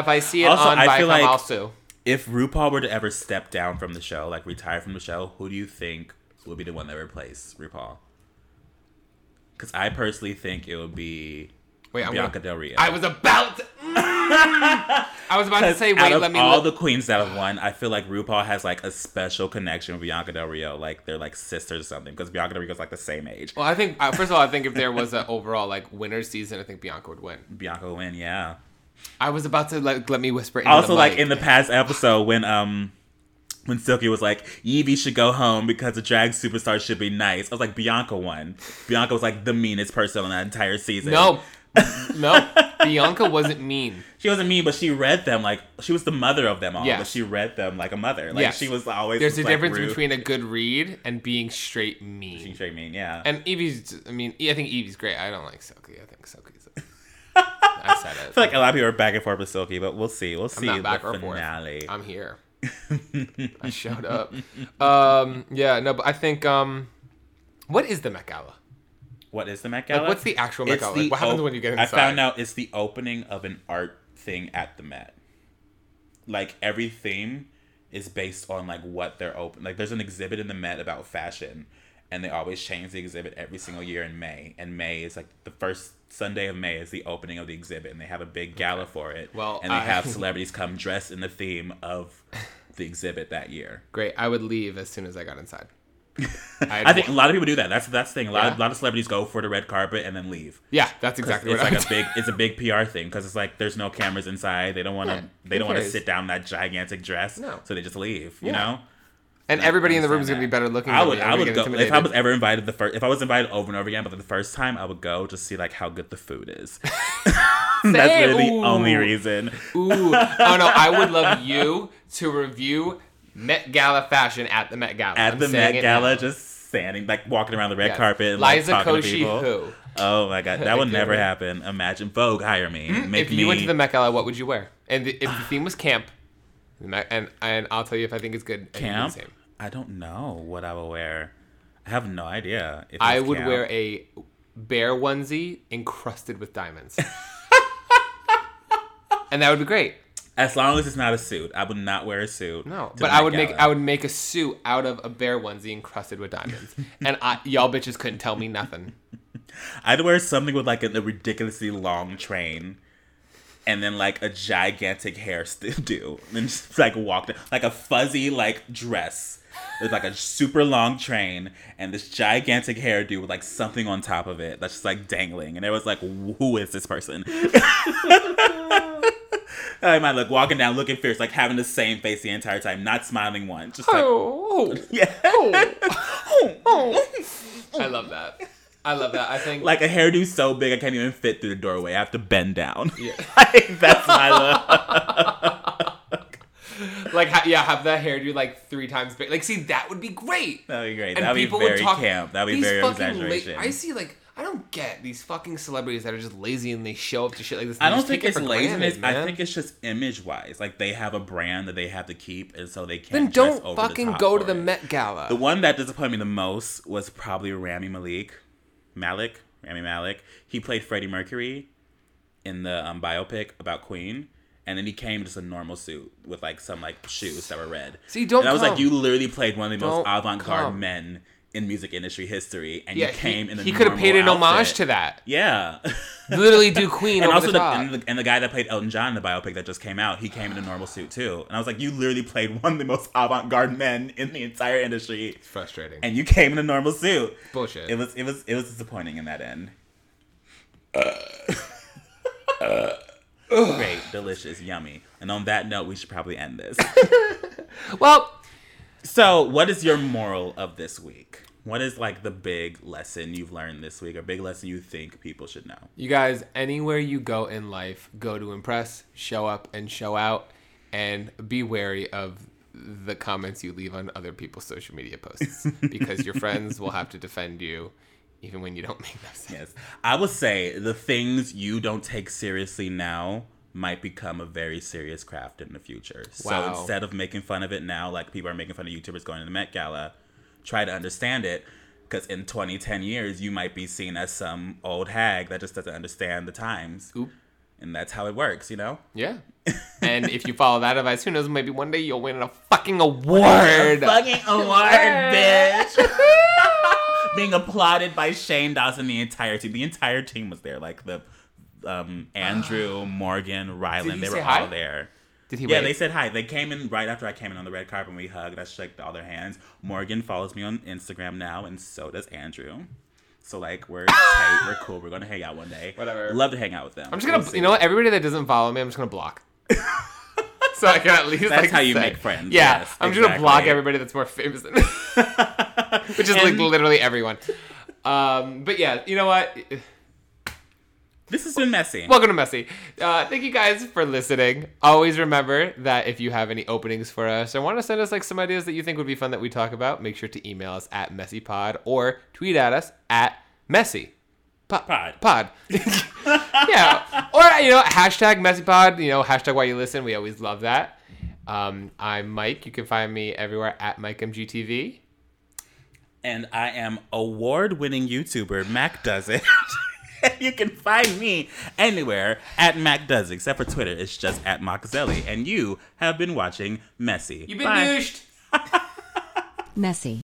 A: if I see it
B: Also,
A: on
B: I feel
A: Viacom,
B: like-
A: I'll sue.
B: If RuPaul were to ever step down from the show, like retire from the show, who do you think would be the one that replaced RuPaul? Because I personally think it would be
A: Wait, I'm
B: Bianca
A: gonna,
B: Del Rio.
A: I was about. To, mm. I was about to say,
B: out
A: wait,
B: of
A: let me
B: all
A: look.
B: the queens that have won, I feel like RuPaul has like a special connection with Bianca Del Rio, like they're like sisters or something. Because Bianca Del Rio's like the same age.
A: well, I think uh, first of all, I think if there was an overall like winner season, I think Bianca would win.
B: Bianca would win, yeah.
A: I was about to like let me whisper. Into
B: also
A: the
B: like
A: mic.
B: in the past episode when um when Silky was like, Evie should go home because a drag superstar should be nice. I was like, Bianca won. Bianca was like the meanest person on that entire season.
A: No. no. Bianca wasn't mean.
B: She wasn't mean, but she read them like she was the mother of them all,
A: Yes.
B: but she read them like a mother. Like
A: Yes.
B: she was always
A: There's a
B: was, like,
A: difference
B: rude.
A: between a good read and being straight
B: Being
A: mean.
B: straight mean, yeah.
A: And Evie's, I mean, I think Evie's great. I don't like Silky. I think Silky's. I said
B: I
A: it.
B: feel like a lot of people are back and forth with Silky, but we'll see. We'll see
A: not
B: the
A: back or forth.
B: finale.
A: I'm here. I showed up. Um, yeah, no, but I think, um, what is the Met Gala?
B: What is the Met Gala?
A: Like, what's the actual Met
B: It's
A: Gala?
B: the
A: Like, what happens
B: op-
A: when you get
B: I
A: inside?
B: found out it's the opening of an art thing at the Met. Like every theme is based on like what they're open. Like there's an exhibit in the Met about fashion, and they always change the exhibit every single year in May. And May is like the first Sunday of May is the opening of the exhibit, and they have a big gala for it.
A: Well,
B: and they
A: I-
B: have celebrities come dressed in the theme of the exhibit that year.
A: Great. I would leave as soon as I got inside. I'd
B: I think a lot of people do that. That's that's the thing. A lot,
A: Yeah.
B: a lot of celebrities go for the red carpet and then leave.
A: Yeah, that's exactly
B: it's
A: what I
B: like
A: would
B: a
A: do.
B: big it's a big PR thing because it's like there's no cameras inside. They don't want to
A: Yeah,
B: they
A: who
B: don't want to
A: cares?
B: sit down in that gigantic dress.
A: No.
B: So they just leave.
A: Yeah.
B: You know.
A: And
B: I
A: everybody in the room is going
B: understand
A: to be better
B: that.
A: looking.
B: I
A: than
B: would
A: me.
B: I
A: I'm
B: would
A: gonna
B: go
A: get
B: if I
A: intimidated.
B: was ever invited the first if I was invited over and over again, but the first time I would go just see like how good the food is. That's
A: Same.
B: really the only
A: Ooh.
B: reason.
A: Ooh. Oh no, I would love you to review Met Gala fashion at the Met Gala.
B: At
A: I'm
B: the
A: saying
B: Met
A: it
B: Gala,
A: now.
B: just standing like walking around the red
A: Yes.
B: carpet. And,
A: Liza
B: like, talking to
A: Koshy
B: people.
A: who?
B: Oh my god, that would
A: Good
B: never
A: one.
B: happen. Imagine Vogue hire me, make
A: Hmm? If you
B: me
A: went to the Met Gala, what would you wear? And the, if the theme was camp, the Met- and and I'll tell you if I think it's good. and you do the
B: camp.
A: same.
B: I don't know what I would wear. I have no idea. If
A: I
B: it's
A: would
B: camp.
A: wear a bear onesie encrusted with diamonds, and that would be great.
B: as long as it's not a suit. I would not wear a suit.
A: No,
B: to
A: but
B: the
A: I would
B: Met
A: make
B: Gala.
A: I would make a suit out of a bear onesie encrusted with diamonds, and I, y'all bitches couldn't tell me nothing.
B: I'd wear something with like a, a ridiculously long train, and then like a gigantic hairdo, and just like walk down, like a fuzzy like dress with like a super long train and this gigantic hairdo with like something on top of it that's just like dangling. And it was like, who is this person? I might look walking down, looking fierce, like having the same face the entire time, not smiling once, just like
A: Oh,
B: yeah.
A: I love that. I love that. I think
B: like a hairdo so big I can't even fit through the doorway. I have to bend down.
A: Yeah.
B: Like, that's my look.
A: like ha- yeah, have that hairdo like three times big. Like, see, that would be great.
B: That'd be great. That'd be very camp. That'd be
A: these
B: very
A: fucking la-
B: exaggeration.
A: I see, like, I don't get these fucking celebrities that are just lazy and they show up to shit like this.
B: I
A: They
B: don't
A: just
B: think
A: take it
B: it's
A: for
B: laziness.
A: granted,
B: I
A: man.
B: think it's just image wise. Like they have a brand that they have to keep, and so they can't.
A: then
B: dress
A: don't
B: over the
A: fucking
B: top
A: go to
B: for
A: the
B: it.
A: Met Gala.
B: The one that disappointed me the most was probably Rami Malik, Malik, Rami Malik. He played Freddie Mercury in the um, biopic about Queen, and then he came in just a normal suit with like some like shoes that were red.
A: See, don't
B: And I was like,
A: come.
B: you literally played one of the most
A: Don't
B: avant-garde
A: come.
B: men in music industry history, and
A: yeah,
B: you came in. A
A: he, he could have paid an homage to
B: that.
A: that.
B: Yeah,
A: Literally, do Queen
B: and
A: over
B: also
A: the
B: the,
A: top.
B: and the and the guy that played Elton John in the biopic that just came out, he came in a normal suit too. And I was like, you literally played one of the most avant-garde men in the entire industry
A: Frustrating.
B: and you came in a normal suit.
A: Bullshit.
B: It was it was it was disappointing in that end. Uh. Great, delicious, yummy. And on that note, we should probably end this.
A: well,
B: so, what is your moral of this week? What is like the big lesson you've learned this week, or big lesson you think people should know?
A: You guys, anywhere you go in life, go to impress, show up, and show out, and be wary of the comments you leave on other people's social media posts because your friends will have to defend you even when you don't make no sense.
B: Yes. I would say the things you don't take seriously now might become a very serious craft in the future.
A: Wow.
B: So instead of making fun of it now, like people are making fun of YouTubers going to the Met Gala, try to understand it. Because in 20, 10 years, you might be seen as some old hag that just doesn't understand the times.
A: Oop.
B: And that's how it works, you know?
A: Yeah. and if you follow that advice, who knows? Maybe one day you'll win a fucking award.
B: Fucking award, bitch. Being applauded by Shane Dawson, the entire team. The entire team was there. Like the um, Andrew, Morgan,
A: Did he
B: Rylan, they were
A: say
B: all
A: hi?
B: there.
A: Did he
B: Yeah,
A: wait?
B: they said hi. They came in right after I came in on the red carpet and we hugged. I shook all their hands. Morgan follows me on Instagram now, and so does Andrew. So like we're tight, we're cool, we're gonna hang out one day.
A: Whatever.
B: Love to hang out with them.
A: I'm just gonna, you know, what? everybody that doesn't follow me, I'm just gonna block. so I can at least.
B: That's
A: like,
B: how you
A: say-
B: make friends,
A: Yeah,
B: yes,
A: I'm just gonna block
B: exactly.
A: everybody that's more famous than me, which is like
B: And-
A: literally everyone. Um, but yeah, you know what?
B: This has been messy.
A: Welcome to Messy. Uh, thank you guys for listening. Always remember that if you have any openings for us or want to send us like some ideas that you think would be fun that we talk about, make sure to email us at messypod or tweet at us at messy. Po-
B: Pod.
A: Pod. yeah. Or, you know, hashtag messypod, you know, hashtag why you listen. We always love that. Um, I'm Mike. You can find me everywhere at MikeMGTV.
B: and I am award-winning YouTuber Mac Does It. you can find me anywhere at Mac Does, It, except for Twitter. It's just at Mockzelli. And you have been watching Messy.
A: You've been
B: Bye.
A: douched.
C: Messy.